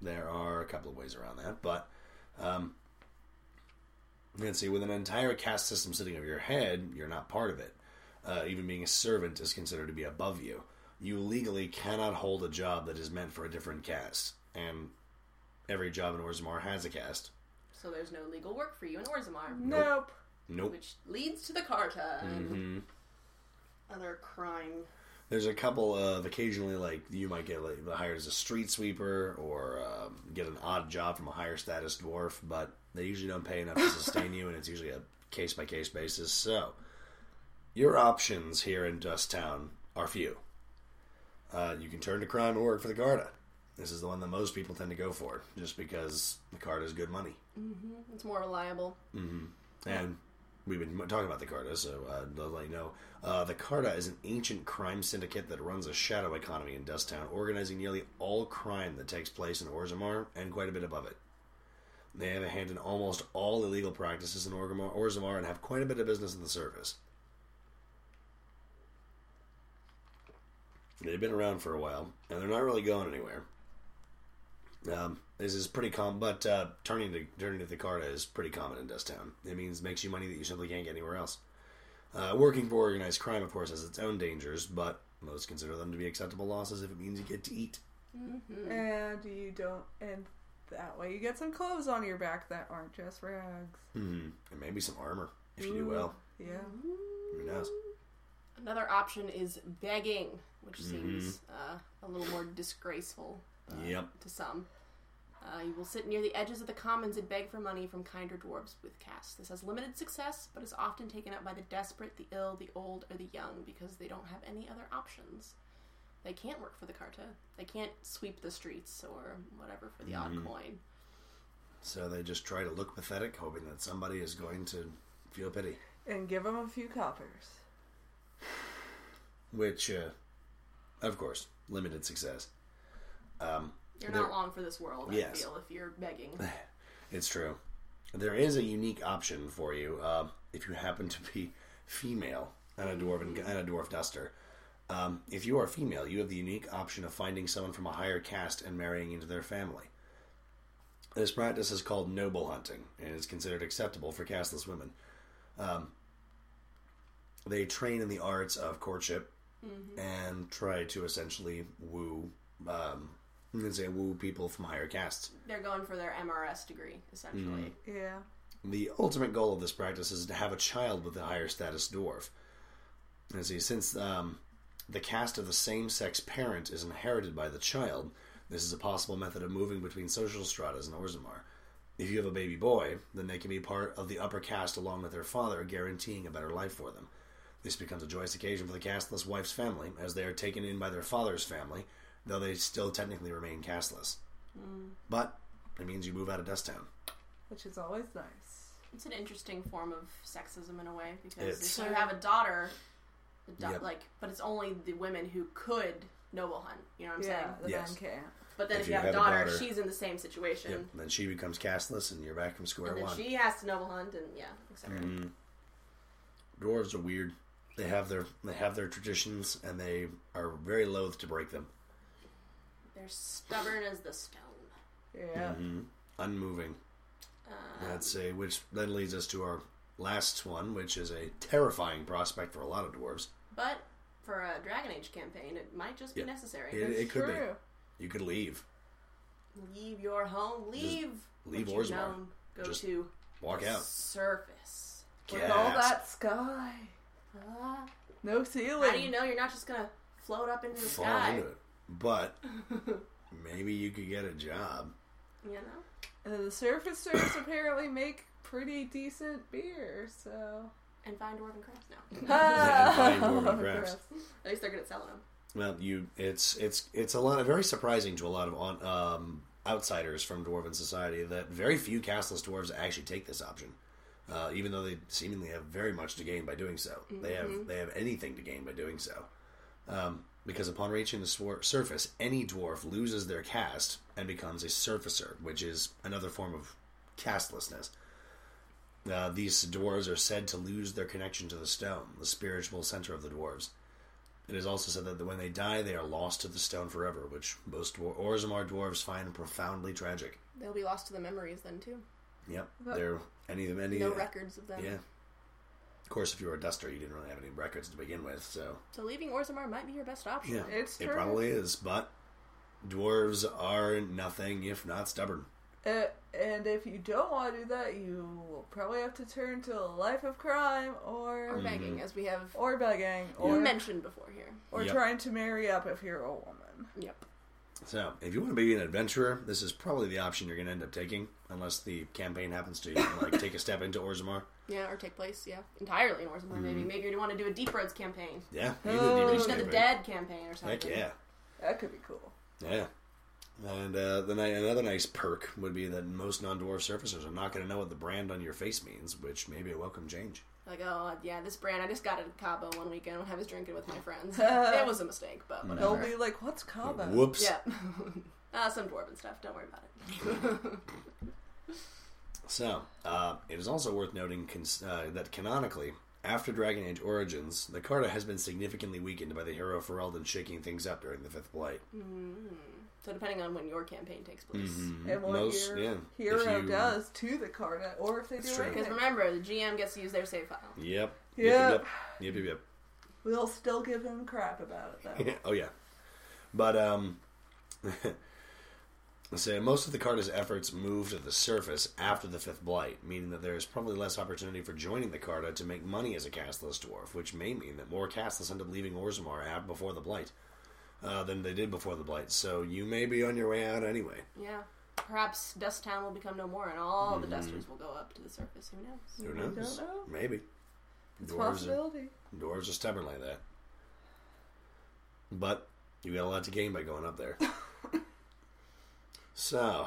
Speaker 3: there are a couple of ways around that, but um, let's see. With an entire caste system sitting over your head, you're not part of it. Uh, even being a servant is considered to be above you. You legally cannot hold a job that is meant for a different caste, and every job in Orzammar has a caste.
Speaker 4: So there's no legal work for you in Orzammar.
Speaker 5: Nope.
Speaker 3: Nope.
Speaker 4: Which leads to the Carta and other crime.
Speaker 3: There's a couple of occasionally like you might get like hired as a street sweeper or um, get an odd job from a higher status dwarf, but they usually don't pay enough to sustain you, and it's usually a case by case basis. So your options here in Dust Town are few. Uh, you can turn to crime and work for the Garda. This is the one that most people tend to go for, just because the Garda is good money.
Speaker 4: It's more reliable.
Speaker 3: And we've been talking about the Carta, so uh, they'll let you know. Uh, the Carta is an ancient crime syndicate that runs a shadow economy in Dust Town, organizing nearly all crime that takes place in Orzammar and quite a bit above it. They have a hand in almost all illegal practices in Orgamar- Orzammar and have quite a bit of business in the service. They've been around for a while, and they're not really going anywhere. Um, this is pretty common, but uh, turning to turning to the Carta is pretty common in Dust Town. It means it makes you money that you simply can't get anywhere else. Uh, working for organized crime, of course, has its own dangers, but most consider them to be acceptable losses if it means you get to eat.
Speaker 5: And Eh, you don't. And that way, you get some clothes on your back that aren't just rags.
Speaker 3: Hmm. And maybe some armor if you do well.
Speaker 5: Yeah.
Speaker 3: Who knows?
Speaker 4: Another option is begging, which seems uh, a little more disgraceful
Speaker 3: Yep.
Speaker 4: to some. Uh, you will sit near the edges of the commons and beg for money from kinder dwarves with caste. This has limited success, but is often taken up by the desperate, the ill, the old, or the young because they don't have any other options. They can't work for the Carta. They can't sweep the streets or whatever for the odd coin.
Speaker 3: So they just try to look pathetic, hoping that somebody is going to feel pity.
Speaker 5: And give them a few coppers.
Speaker 3: which, uh, of course, limited success.
Speaker 4: You're
Speaker 3: There-
Speaker 4: not long for this world, I
Speaker 3: Yes.
Speaker 4: feel, if you're begging.
Speaker 3: It's true. There is a unique option for you uh, if you happen to be female and a dwarf and, and a dwarf duster. Um, if you are female, you have the unique option of finding someone from a higher caste and marrying into their family. This practice is called noble hunting and is considered acceptable for castless women. Um, they train in the arts of courtship and try to essentially woo, um, you can say woo people from higher castes.
Speaker 4: They're going for their MRS degree, essentially.
Speaker 5: Yeah.
Speaker 3: The ultimate goal of this practice is to have a child with a higher status dwarf. And see, since um, the caste of the same sex parent is inherited by the child, this is a possible method of moving between social stratas in Orzammar. If you have a baby boy, then they can be part of the upper caste along with their father, guaranteeing a better life for them. This becomes a joyous occasion for the castless wife's family, as they are taken in by their father's family, though they still technically remain castless. But it means you move out of Dust Town.
Speaker 5: Which is always nice.
Speaker 4: It's an interesting form of sexism in a way because
Speaker 3: It's-
Speaker 4: if you have a daughter, the da-
Speaker 3: Yep.
Speaker 4: like, but it's only the women who could noble hunt. You know what I'm
Speaker 5: Yeah,
Speaker 4: saying?
Speaker 5: the
Speaker 3: Yes.
Speaker 5: man can't.
Speaker 4: But then if, you have, a daughter, she's in the same situation,
Speaker 3: Yep. Then she becomes castless, and you're back from square
Speaker 4: Mm-hmm. and then
Speaker 3: one. Mm-hmm.
Speaker 4: she has to noble hunt, and yeah, etc.
Speaker 3: Dwarves are weird. They have their they have their traditions, and they are very loath to break them.
Speaker 4: They're stubborn as the stone.
Speaker 5: Yeah.
Speaker 3: Mm-hmm. Unmoving.
Speaker 4: Uh,
Speaker 3: That's a which then leads us to our last one, which is a terrifying prospect for a lot of dwarves.
Speaker 4: But for a Dragon Age campaign, it might just be
Speaker 3: Yeah.
Speaker 4: necessary.
Speaker 3: It, it could
Speaker 5: True.
Speaker 3: be. You could leave,
Speaker 4: leave your home. Leave.
Speaker 3: leave
Speaker 4: what you've
Speaker 3: Orzammar.
Speaker 4: known, Go
Speaker 3: Just
Speaker 4: to
Speaker 3: walk out.
Speaker 4: surface.
Speaker 5: With all
Speaker 3: Gasp.
Speaker 5: that sky.
Speaker 4: Ah.
Speaker 5: No ceiling.
Speaker 4: How do you know you're not just gonna float up into the
Speaker 3: fall
Speaker 4: sky?
Speaker 3: into it, but maybe you could get a job.
Speaker 4: You know.
Speaker 5: And Uh, the surfacers apparently make pretty decent beer, so.
Speaker 4: And find dwarven crafts now.
Speaker 3: Find dwarven crafts.
Speaker 4: At least they're good at selling them.
Speaker 3: Well, you it's it's it's a lot of very surprising to a lot of on, um, outsiders from dwarven society that very few castless dwarves actually take this option, uh, even though they seemingly have very much to gain by doing so. They have they have anything to gain by doing so, um, because upon reaching the swar- surface, any dwarf loses their caste and becomes a surfacer, which is another form of castlessness. Uh, these dwarves are said to lose their connection to the stone, the spiritual center of the dwarves. It is also said that when they die, they are lost to the stone forever, which most dwar- Orzammar dwarves find profoundly tragic.
Speaker 4: They'll be lost to the memories then too.
Speaker 3: Yep, they're any of them. Any,
Speaker 4: No records of them.
Speaker 3: Yeah. Of course, if you were a duster, you didn't really have any records to begin with, so
Speaker 4: So leaving Orzammar might be your best option.
Speaker 3: yeah,
Speaker 5: It's
Speaker 3: it
Speaker 5: true.
Speaker 3: probably is. But dwarves are nothing if not stubborn.
Speaker 5: Uh, and if you don't want to do that, you will probably have to turn to a life of crime
Speaker 4: Or
Speaker 5: or
Speaker 3: Mm.
Speaker 4: begging, as we have
Speaker 5: or begging or
Speaker 4: mentioned before here.
Speaker 5: or
Speaker 3: Yep.
Speaker 5: trying to marry up if you're a woman.
Speaker 4: Yep.
Speaker 3: So, if you want to be an adventurer, this is probably the option you're going to end up taking, unless the campaign happens to like take a step into Orzammar.
Speaker 4: Yeah, or take place, yeah. Entirely in Orzammar, maybe.
Speaker 3: Mm-hmm.
Speaker 4: Maybe you want to do a Deep Roads campaign.
Speaker 3: Yeah, you
Speaker 5: Oh.
Speaker 3: did
Speaker 4: Legion of the
Speaker 3: Demon's
Speaker 4: Dead campaign or something.
Speaker 3: Heck yeah.
Speaker 5: That could be cool.
Speaker 3: Yeah. And uh, then I, another nice perk would be that most non-dwarf surfacers are not going to know what the brand on your face means, which may be a welcome change.
Speaker 4: Like, oh, yeah, this brand, I just got it in Cabo one weekend when I was drinking with my friends. it was a mistake, but whatever.
Speaker 5: They'll be like, "What's Kaba?"
Speaker 3: Whoops.
Speaker 4: Yeah. uh, some dwarven stuff, don't worry about it.
Speaker 3: So uh, it is also worth noting cons- uh, that canonically, after Dragon Age Origins, the Carta has been significantly weakened by the hero Ferelden shaking things up during the Fifth Blight.
Speaker 4: so depending on when your campaign takes place.
Speaker 3: Mm-hmm.
Speaker 5: And what
Speaker 3: Most-
Speaker 5: your
Speaker 3: yeah. If
Speaker 5: hero
Speaker 3: you-
Speaker 5: does to the Carta, or if they do
Speaker 3: true.
Speaker 4: Because
Speaker 5: anything,
Speaker 4: remember, the GM gets to use their save file.
Speaker 3: Yep.
Speaker 5: Yeah.
Speaker 3: Yep. Yep. Yep. yep,
Speaker 5: we'll still give him crap about it. Though.
Speaker 3: yep. oh yeah. But um, So most of the Carta's efforts moved to the surface after the Fifth Blight, meaning that there is probably less opportunity for joining the Carta to make money as a castless dwarf, which may mean that more castless end up leaving Orzammar af- before the Blight uh, than they did before the Blight. So you may be on your way out anyway.
Speaker 4: Yeah. Perhaps Dust Town will become no more and all the
Speaker 3: Mm-hmm.
Speaker 4: Dusters will go up to the surface. Who knows?
Speaker 3: Who knows?
Speaker 5: know.
Speaker 3: Maybe.
Speaker 5: It's a
Speaker 3: Dwarves are,
Speaker 5: possibility.
Speaker 3: dwarves are stubborn like that. But you got a lot to gain by going up there. so,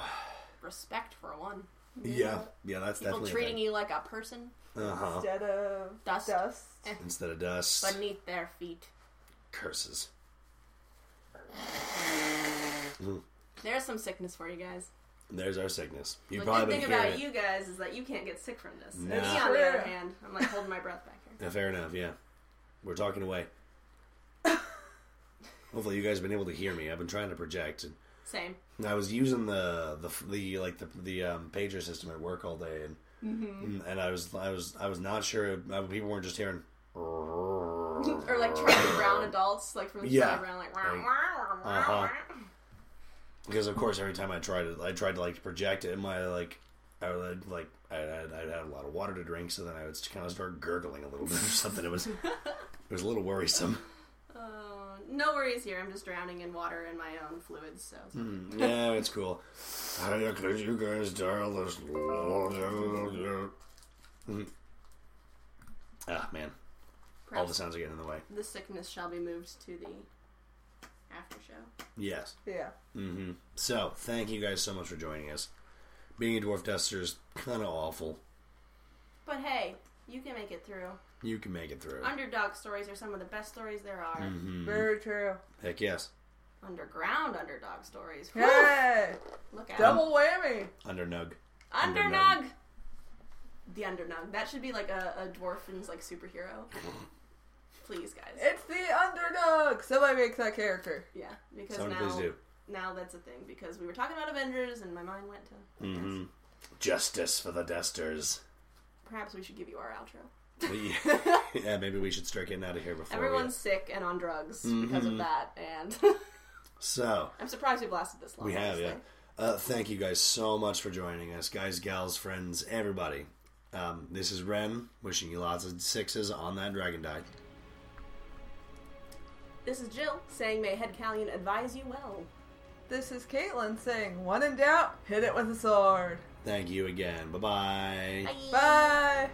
Speaker 4: Respect for one.
Speaker 3: yeah, yeah, that's
Speaker 4: People
Speaker 3: definitely a
Speaker 4: treating
Speaker 3: thing.
Speaker 4: you like a person
Speaker 3: Uh-huh.
Speaker 5: Instead of
Speaker 4: Dust.
Speaker 5: dust,
Speaker 3: instead of dust.
Speaker 4: beneath their feet.
Speaker 3: curses.
Speaker 4: There's some sickness for you guys.
Speaker 3: There's our sickness. You've
Speaker 4: The good
Speaker 3: probably
Speaker 4: thing
Speaker 3: been
Speaker 4: about
Speaker 3: hearing it.
Speaker 4: you guys is that you can't get sick from this.
Speaker 3: No.
Speaker 4: Me, on the other
Speaker 5: True.
Speaker 4: hand, I'm like holding my breath back here.
Speaker 3: Yeah, fair enough. Yeah, we're talking away. Hopefully, you guys have been able to hear me. I've been trying to project. And
Speaker 4: Same.
Speaker 3: and I was using the the the like the the um, pager system at work all day, and
Speaker 4: Mm-hmm.
Speaker 3: and- and I was I was I was not sure. I, people weren't just hearing.
Speaker 4: or like Charlie Brown adults, like from the
Speaker 3: Yeah.
Speaker 4: Charlie Brown, like. "Wah,
Speaker 3: Like,
Speaker 4: wah, wah,
Speaker 3: uh-huh.
Speaker 4: wah."
Speaker 3: because of course every time I tried to I tried to like project it in my like I would like I I'd, I'd had a lot of water to drink so then I would kind of start gurgling a little bit or something it was it was a little worrisome
Speaker 4: Uh, no worries here. I'm just drowning in water and my own fluids, so
Speaker 3: Hmm.
Speaker 4: it's fine.
Speaker 3: yeah it's cool I could you guys dial this Mhm. ah man all the
Speaker 4: perhaps
Speaker 3: sounds are getting in the way
Speaker 4: the sickness shall be moved to the after show.
Speaker 3: yes
Speaker 5: Yeah.
Speaker 3: So, thank you guys so much for joining us. Being a dwarf duster is kind of awful.
Speaker 4: But hey, you can make it through.
Speaker 3: You can make it through.
Speaker 4: Underdog stories are some of the best stories there are.
Speaker 3: Mm-hmm.
Speaker 5: Very true.
Speaker 3: Heck yes.
Speaker 4: Underground underdog stories. Whew,
Speaker 5: Hey!
Speaker 4: Look out.
Speaker 5: Double whammy!
Speaker 3: Undernug.
Speaker 4: Undernug. The Undernug. That should be like a, a dwarfen's like superhero. please, guys.
Speaker 5: It's the underdog! Somebody make that character.
Speaker 4: yeah, because
Speaker 3: Someone
Speaker 4: now
Speaker 3: please do.
Speaker 4: now that's a thing because we were talking about Avengers and my mind went to.
Speaker 3: Mm. Justice for the dusters.
Speaker 4: Perhaps we should give you our outro.
Speaker 3: Oh, yeah, maybe we should start getting out of here before
Speaker 4: Everyone's
Speaker 3: we...
Speaker 4: sick and on drugs
Speaker 3: Mm-hmm.
Speaker 4: because of that, and
Speaker 3: So,
Speaker 4: I'm surprised we've lasted this long.
Speaker 3: we have, yeah.
Speaker 4: honestly.
Speaker 3: Uh, thank you guys so much for joining us. Guys, gals, friends, everybody. Um, this is Ren, wishing you lots of sixes on that dragon die.
Speaker 4: This is Jill saying, "May Head Callion advise you well."
Speaker 5: This is Caitlin saying, when in doubt, hit it with a sword.
Speaker 3: Thank you again. Bye-bye.
Speaker 5: Bye!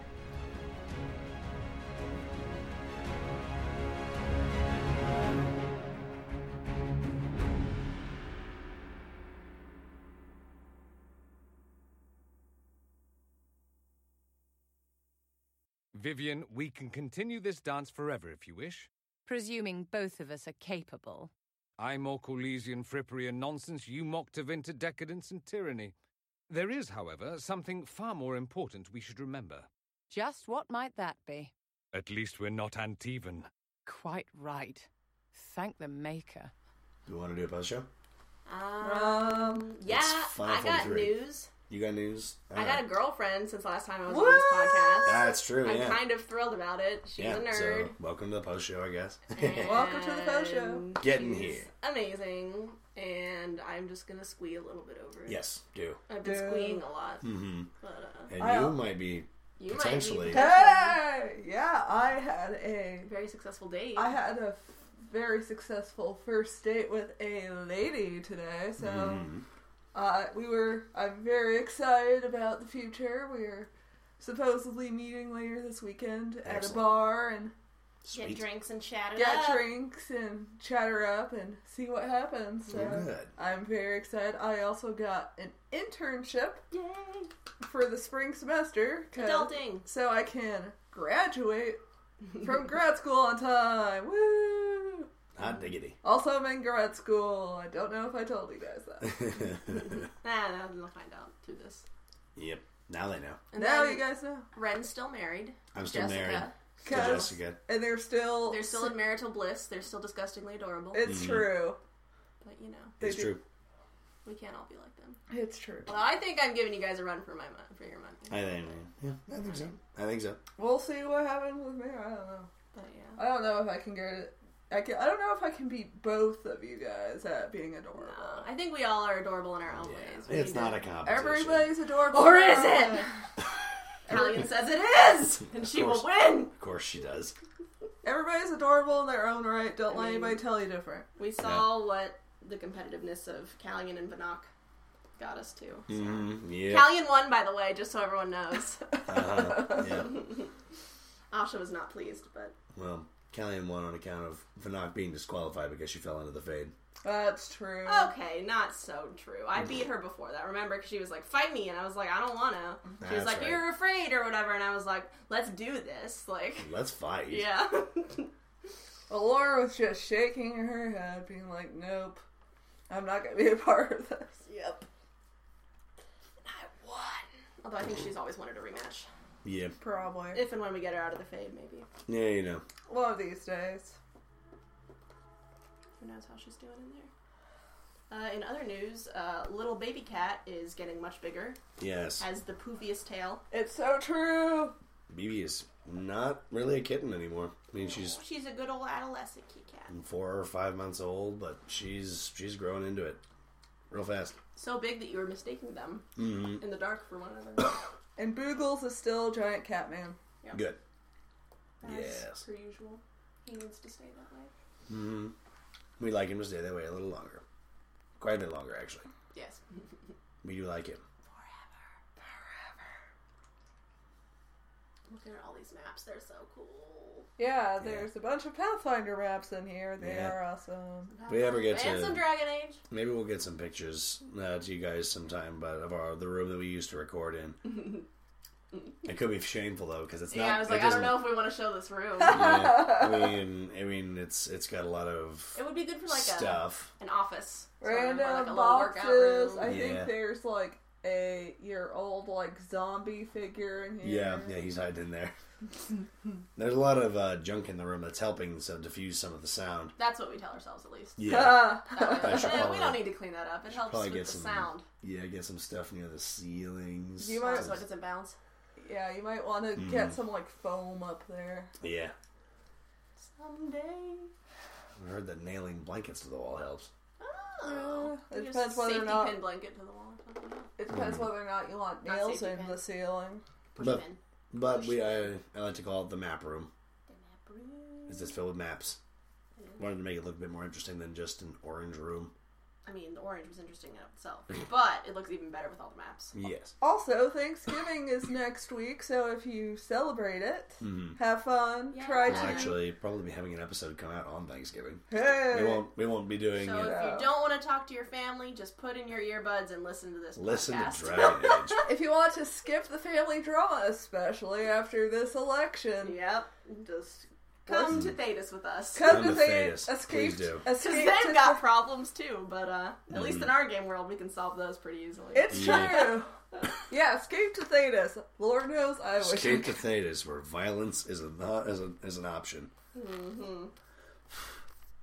Speaker 6: Vivian, we can continue this dance forever if you wish.
Speaker 9: Presuming both of us are capable.
Speaker 6: I mock Orlesian frippery and nonsense, you mock Tevinter decadence and tyranny. There is, however, something far more important we should remember.
Speaker 9: Just what might that be?
Speaker 6: At least we're not Antivan.
Speaker 9: Quite right. Thank the Maker.
Speaker 3: You want to do a post show?
Speaker 4: Um, yeah, I got
Speaker 3: 5:43.
Speaker 4: news.
Speaker 3: You got news?
Speaker 4: I
Speaker 3: Alright.
Speaker 4: got a girlfriend since last time I was on this podcast.
Speaker 3: That's true,
Speaker 4: I'm
Speaker 3: yeah.
Speaker 4: kind of thrilled about it. She's
Speaker 3: yeah,
Speaker 4: a nerd.
Speaker 3: so welcome to the post show, I guess.
Speaker 5: Welcome to the faux show.
Speaker 4: And
Speaker 3: Get in
Speaker 4: she's
Speaker 3: here.
Speaker 4: Amazing. And I'm just going to squee a little bit over it.
Speaker 3: yes, do.
Speaker 4: I've been
Speaker 5: Yeah.
Speaker 4: squeeing a lot.
Speaker 3: hmm
Speaker 4: But uh,
Speaker 3: And
Speaker 5: I'll-
Speaker 3: you might be
Speaker 4: you
Speaker 3: Potentially.
Speaker 4: might be
Speaker 5: Hey! Yeah, I had a
Speaker 4: a very successful date.
Speaker 5: I had a f- very successful first date with a lady today, so uh, we were. I'm very excited about the future. We're supposedly meeting later this weekend at a
Speaker 3: Excellent.
Speaker 5: bar and
Speaker 4: Get
Speaker 3: sweet.
Speaker 4: drinks and chat it
Speaker 5: get
Speaker 4: up.
Speaker 5: drinks and chatter up and see what happens. So
Speaker 3: Good.
Speaker 5: I'm very excited. I also got an internship
Speaker 4: Yay.
Speaker 5: for the spring semester. 'cause-
Speaker 4: Adulting.
Speaker 5: So I can graduate from grad school on time. Woo!
Speaker 3: Hot diggity.
Speaker 5: Also, I'm in grad school. I don't know if I told you guys that.
Speaker 4: Nah, nah, they'll find out through this.
Speaker 3: Yep. Now they know.
Speaker 4: And
Speaker 5: now
Speaker 4: then
Speaker 5: you guys know.
Speaker 4: Ren's still married.
Speaker 3: I'm still
Speaker 4: Jessica.
Speaker 3: married to
Speaker 5: 'Cause-
Speaker 3: Jessica.
Speaker 5: And they're still.
Speaker 4: They're still in marital bliss. They're still disgustingly adorable.
Speaker 5: It's true.
Speaker 4: but, you know,
Speaker 5: They
Speaker 3: Mm-hmm. It's
Speaker 5: do-
Speaker 3: true.
Speaker 4: we can't all be like them.
Speaker 5: It's true.
Speaker 4: Well, I think I'm giving you guys a run for my money, for your money.
Speaker 3: I think. Yeah, I think so. I think so.
Speaker 5: We'll see what happens with me. I don't know.
Speaker 4: But yeah,
Speaker 5: I don't know if I can get it. I, can, I don't know if I can beat both of you guys at being adorable.
Speaker 4: Uh, I think we all are adorable in our own ways. We
Speaker 3: It's
Speaker 4: need
Speaker 3: not
Speaker 4: to-
Speaker 3: a competition.
Speaker 5: Everybody's adorable.
Speaker 4: Or is it? Callion says it is, and she will
Speaker 3: course.
Speaker 4: win.
Speaker 3: Of course she does.
Speaker 5: Everybody's adorable in their own right. Don't let
Speaker 4: mean-
Speaker 5: anybody tell you different.
Speaker 4: We saw what the competitiveness of Callion and Vanok got us to.
Speaker 3: Mm, yeah.
Speaker 4: Callion won, by the way, just so everyone knows.
Speaker 3: yeah.
Speaker 4: Asha was not pleased, but
Speaker 3: Well, Callian won on account of Vanak being disqualified because she fell into the fade.
Speaker 5: That's true.
Speaker 4: okay, not so true. I beat her before that. Remember, 'Cause she was like, "Fight me," and I was like, "I don't wanna." She was
Speaker 3: Mm-hmm. That's
Speaker 4: like,
Speaker 3: right.
Speaker 4: "You're afraid" or whatever, and I was like, "Let's do this." Like,
Speaker 3: Let's fight.
Speaker 4: yeah.
Speaker 5: But Laura was just shaking her head, being like, "Nope." I'm not gonna be a part of this.
Speaker 4: Yep. And I won. Although I think she's always wanted a rematch.
Speaker 3: Yeah.
Speaker 5: Probably.
Speaker 4: If and when we get her out of the fade, maybe.
Speaker 3: Yeah, you know.
Speaker 5: One of these days.
Speaker 4: Who knows how she's doing in there. Uh, in other news, uh, little baby cat is getting much bigger,
Speaker 3: Yes.
Speaker 4: has the poofiest tail.
Speaker 5: It's so true.
Speaker 3: BB is not really a kitten anymore. I mean, she's
Speaker 4: She's a good old adolescent kitty cat.
Speaker 3: four or five months old, but she's she's growing into it real fast.
Speaker 4: So big that you were mistaking them
Speaker 3: Mm-hmm.
Speaker 4: in the dark for one another.
Speaker 5: And Boogles is still giant cat man.
Speaker 3: Good.
Speaker 4: As
Speaker 3: Yes.
Speaker 4: per usual. He needs to stay that way.
Speaker 3: We like him to stay that way a little longer. Quite a bit longer, actually.
Speaker 4: Yes.
Speaker 3: We do like him.
Speaker 4: Looking at all these maps, they're so cool.
Speaker 5: Yeah, there's a bunch of Pathfinder maps in here. They
Speaker 3: Yeah.
Speaker 5: are awesome.
Speaker 3: If we ever get
Speaker 4: and
Speaker 3: to-
Speaker 4: some Dragon Age.
Speaker 3: Maybe we'll get some pictures uh, to you guys sometime, but of our the room that we used to record in. it could be shameful though, because it's not.
Speaker 4: yeah, I was
Speaker 3: it
Speaker 4: like, I don't
Speaker 3: doesn't-
Speaker 4: know if we want to show this room.
Speaker 3: Yeah, I mean, I mean, it's it's got a lot of
Speaker 4: it would be good for like
Speaker 3: stuff.
Speaker 4: a an office. sort of, or
Speaker 5: Random
Speaker 4: like a little workout
Speaker 5: boxes.
Speaker 4: room.
Speaker 5: I
Speaker 3: Yeah.
Speaker 5: think there's like a year old like zombie figure in
Speaker 3: Yeah,
Speaker 5: here.
Speaker 3: yeah, he's hiding in there. There's a lot of uh, junk in the room that's helping so diffuse some of the sound.
Speaker 4: That's what we tell ourselves at least.
Speaker 3: Yeah,
Speaker 4: That way,
Speaker 3: I should
Speaker 4: eh,
Speaker 3: probably-
Speaker 4: we don't need to clean that up. It helps
Speaker 3: probably
Speaker 4: with
Speaker 3: get
Speaker 4: the
Speaker 3: some-
Speaker 4: sound.
Speaker 3: yeah, get some stuff near the ceilings.
Speaker 5: You might-
Speaker 4: So it doesn't bounce.
Speaker 5: Yeah, you might want to
Speaker 3: Mm-hmm.
Speaker 5: get some like foam up there.
Speaker 3: Yeah,
Speaker 4: Someday.
Speaker 3: I heard that nailing blankets to the wall helps.
Speaker 4: Oh.
Speaker 5: Yeah, it
Speaker 4: Just
Speaker 5: depends whether or
Speaker 4: safety
Speaker 5: not-
Speaker 4: pin blanket to the wall. I don't know.
Speaker 5: It depends whether or not you want
Speaker 4: Not
Speaker 5: nails
Speaker 4: safety
Speaker 5: in the
Speaker 4: pin.
Speaker 5: ceiling.
Speaker 4: Push
Speaker 3: But-
Speaker 4: pin.
Speaker 3: But we, I, I like to call it the map room. Is this filled with maps? Wanted to make it look a bit more interesting than just an orange room.
Speaker 4: I mean, the orange was interesting in itself, but it looks even better with all the maps.
Speaker 3: Yes.
Speaker 5: Also, Thanksgiving is next week, so if you celebrate it, have fun.
Speaker 4: Yeah.
Speaker 5: Try
Speaker 3: Mm-hmm. We'll
Speaker 5: to
Speaker 3: actually probably be having an episode come out on Thanksgiving.
Speaker 5: hey,
Speaker 3: We won't. We won't be doing.
Speaker 4: So
Speaker 3: uh,
Speaker 4: if you don't want to talk to your family, just put in your earbuds and listen to this.
Speaker 3: listen
Speaker 4: podcast.
Speaker 3: to Dragon Age.
Speaker 5: if you want to skip the family drama, especially after this election,
Speaker 4: Yep. Just come to Thetis with us.
Speaker 5: come
Speaker 3: I'm
Speaker 5: to
Speaker 3: a
Speaker 5: the
Speaker 3: fetus.
Speaker 5: escape.
Speaker 3: Please do.
Speaker 4: Because
Speaker 5: Escape.
Speaker 4: they've
Speaker 5: to-
Speaker 4: got problems too, but uh, at least
Speaker 3: Mm-hmm.
Speaker 4: in our game world, we can solve those pretty easily.
Speaker 5: It's true. yeah, escape to Thetis. Lord knows I wish.
Speaker 3: Escape to Thetis, where violence is a not is, a, is an option.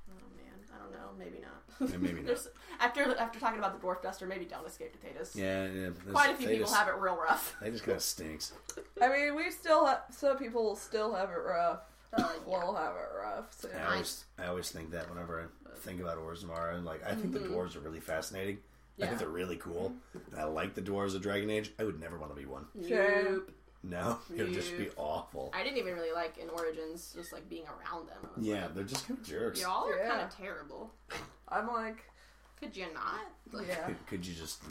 Speaker 4: oh man, I don't know. Maybe not.
Speaker 3: Yeah, maybe not.
Speaker 4: There's- after after talking about the dwarf duster, maybe don't escape to Thetis.
Speaker 3: Yeah, yeah
Speaker 4: Quite a few people have it real rough.
Speaker 3: Thetis kind of stinks.
Speaker 5: I mean, we still have some people still have it rough.
Speaker 4: Uh,
Speaker 5: We'll have it rough. So.
Speaker 3: I always, I always think that whenever I think about Orzammar, and like I think the dwarves are really fascinating. I
Speaker 4: Mm-hmm. Yeah.
Speaker 3: think they're really cool. And I like the dwarves of Dragon Age. I would never want to be one.
Speaker 5: Sure.
Speaker 3: No, it would just be awful.
Speaker 4: I didn't even really like in Origins just like being around them. I was
Speaker 3: Yeah, they're just kind of
Speaker 4: like,
Speaker 3: jerks.
Speaker 4: Y'all are
Speaker 5: Yeah.
Speaker 4: kind of terrible.
Speaker 5: I'm like,
Speaker 4: Could you not? Like,
Speaker 5: yeah.
Speaker 3: Could, could you just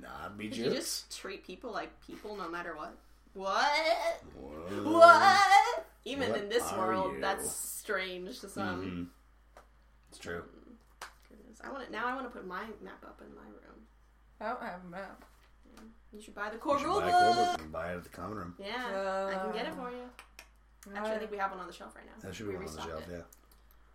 Speaker 3: not be
Speaker 4: could
Speaker 3: jerks?
Speaker 4: you just treat people like people no matter what? What?
Speaker 3: Whoa.
Speaker 4: What? Even
Speaker 3: What
Speaker 4: in this
Speaker 3: are
Speaker 4: world,
Speaker 3: you? Mm-hmm.
Speaker 4: that's strange to some.
Speaker 3: It's true.
Speaker 4: Goodness. I want to now. I want to put my map up in my room.
Speaker 5: I don't have a map.
Speaker 4: You should buy the core
Speaker 3: You
Speaker 4: rule
Speaker 3: buy a
Speaker 4: book.
Speaker 3: Corbin and buy it at the common room.
Speaker 4: Yeah, I can get it for you. Actually, I think we have one on the shelf right now.
Speaker 3: That should be
Speaker 4: we
Speaker 3: one on the
Speaker 4: restocked
Speaker 3: shelf.
Speaker 4: it.
Speaker 3: Yeah,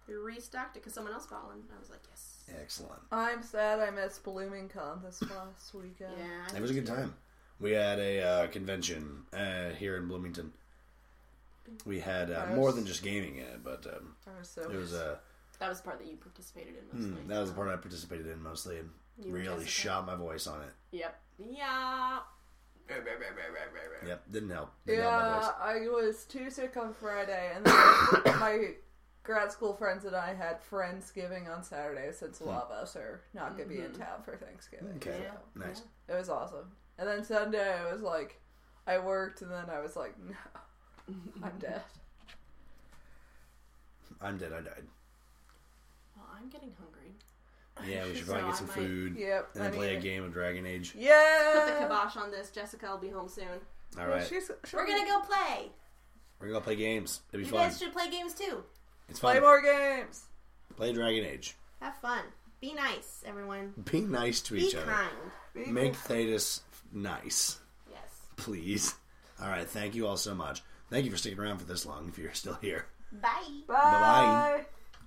Speaker 4: We restocked it because someone else bought one. And I was like, yes.
Speaker 3: excellent.
Speaker 5: I'm sad I missed BloomingCon this last weekend.
Speaker 4: Yeah. I
Speaker 3: It was a good time. We had a uh, convention uh, here in Bloomington. We had uh, more than just gaming in it, but um,
Speaker 5: I was Oh, so
Speaker 3: it was uh,
Speaker 4: That was the part that you participated in mostly.
Speaker 3: Hmm, Mm, that was the part I participated in mostly and
Speaker 4: You
Speaker 3: really
Speaker 4: Jessica.
Speaker 3: shot my voice on it.
Speaker 4: Yep. Yeah.
Speaker 3: Yep, didn't help. Didn't help my
Speaker 5: Yeah,
Speaker 3: voice.
Speaker 5: I was too sick on Friday, and then my grad school friends and I had Friendsgiving on Saturday since a lot of us are not going to be in
Speaker 4: Mm-hmm.
Speaker 5: town for Thanksgiving.
Speaker 3: Okay,
Speaker 4: Yeah.
Speaker 3: nice.
Speaker 5: It was awesome. And then Sunday, I was like, I worked, and then I was like, no, I'm dead.
Speaker 3: I'm dead. I died.
Speaker 4: Well, I'm getting hungry.
Speaker 3: Yeah, we should
Speaker 4: So
Speaker 3: probably get
Speaker 4: I
Speaker 3: some
Speaker 4: might-
Speaker 3: food.
Speaker 5: Yep,
Speaker 3: and then
Speaker 5: I
Speaker 3: play a
Speaker 5: mean-
Speaker 3: game of Dragon Age.
Speaker 4: Put the
Speaker 5: Yeah!
Speaker 4: kibosh on this. Jessica will be home soon.
Speaker 3: All right,
Speaker 5: She's,
Speaker 4: We're gonna go play.
Speaker 3: we're gonna go play games. It'll be
Speaker 4: You
Speaker 3: fun.
Speaker 4: guys should play games too.
Speaker 3: It's
Speaker 5: play
Speaker 3: fun.
Speaker 5: more games.
Speaker 3: Play Dragon Age.
Speaker 4: Have fun. Be nice, everyone.
Speaker 3: Be nice to
Speaker 4: Be
Speaker 3: each other.
Speaker 4: kind.
Speaker 3: Make Thetis nice.
Speaker 4: Yes.
Speaker 3: please. All right, thank you all so much. Thank you for sticking around for this long if you're still here.
Speaker 4: Bye.
Speaker 5: Bye.
Speaker 3: Bye-bye.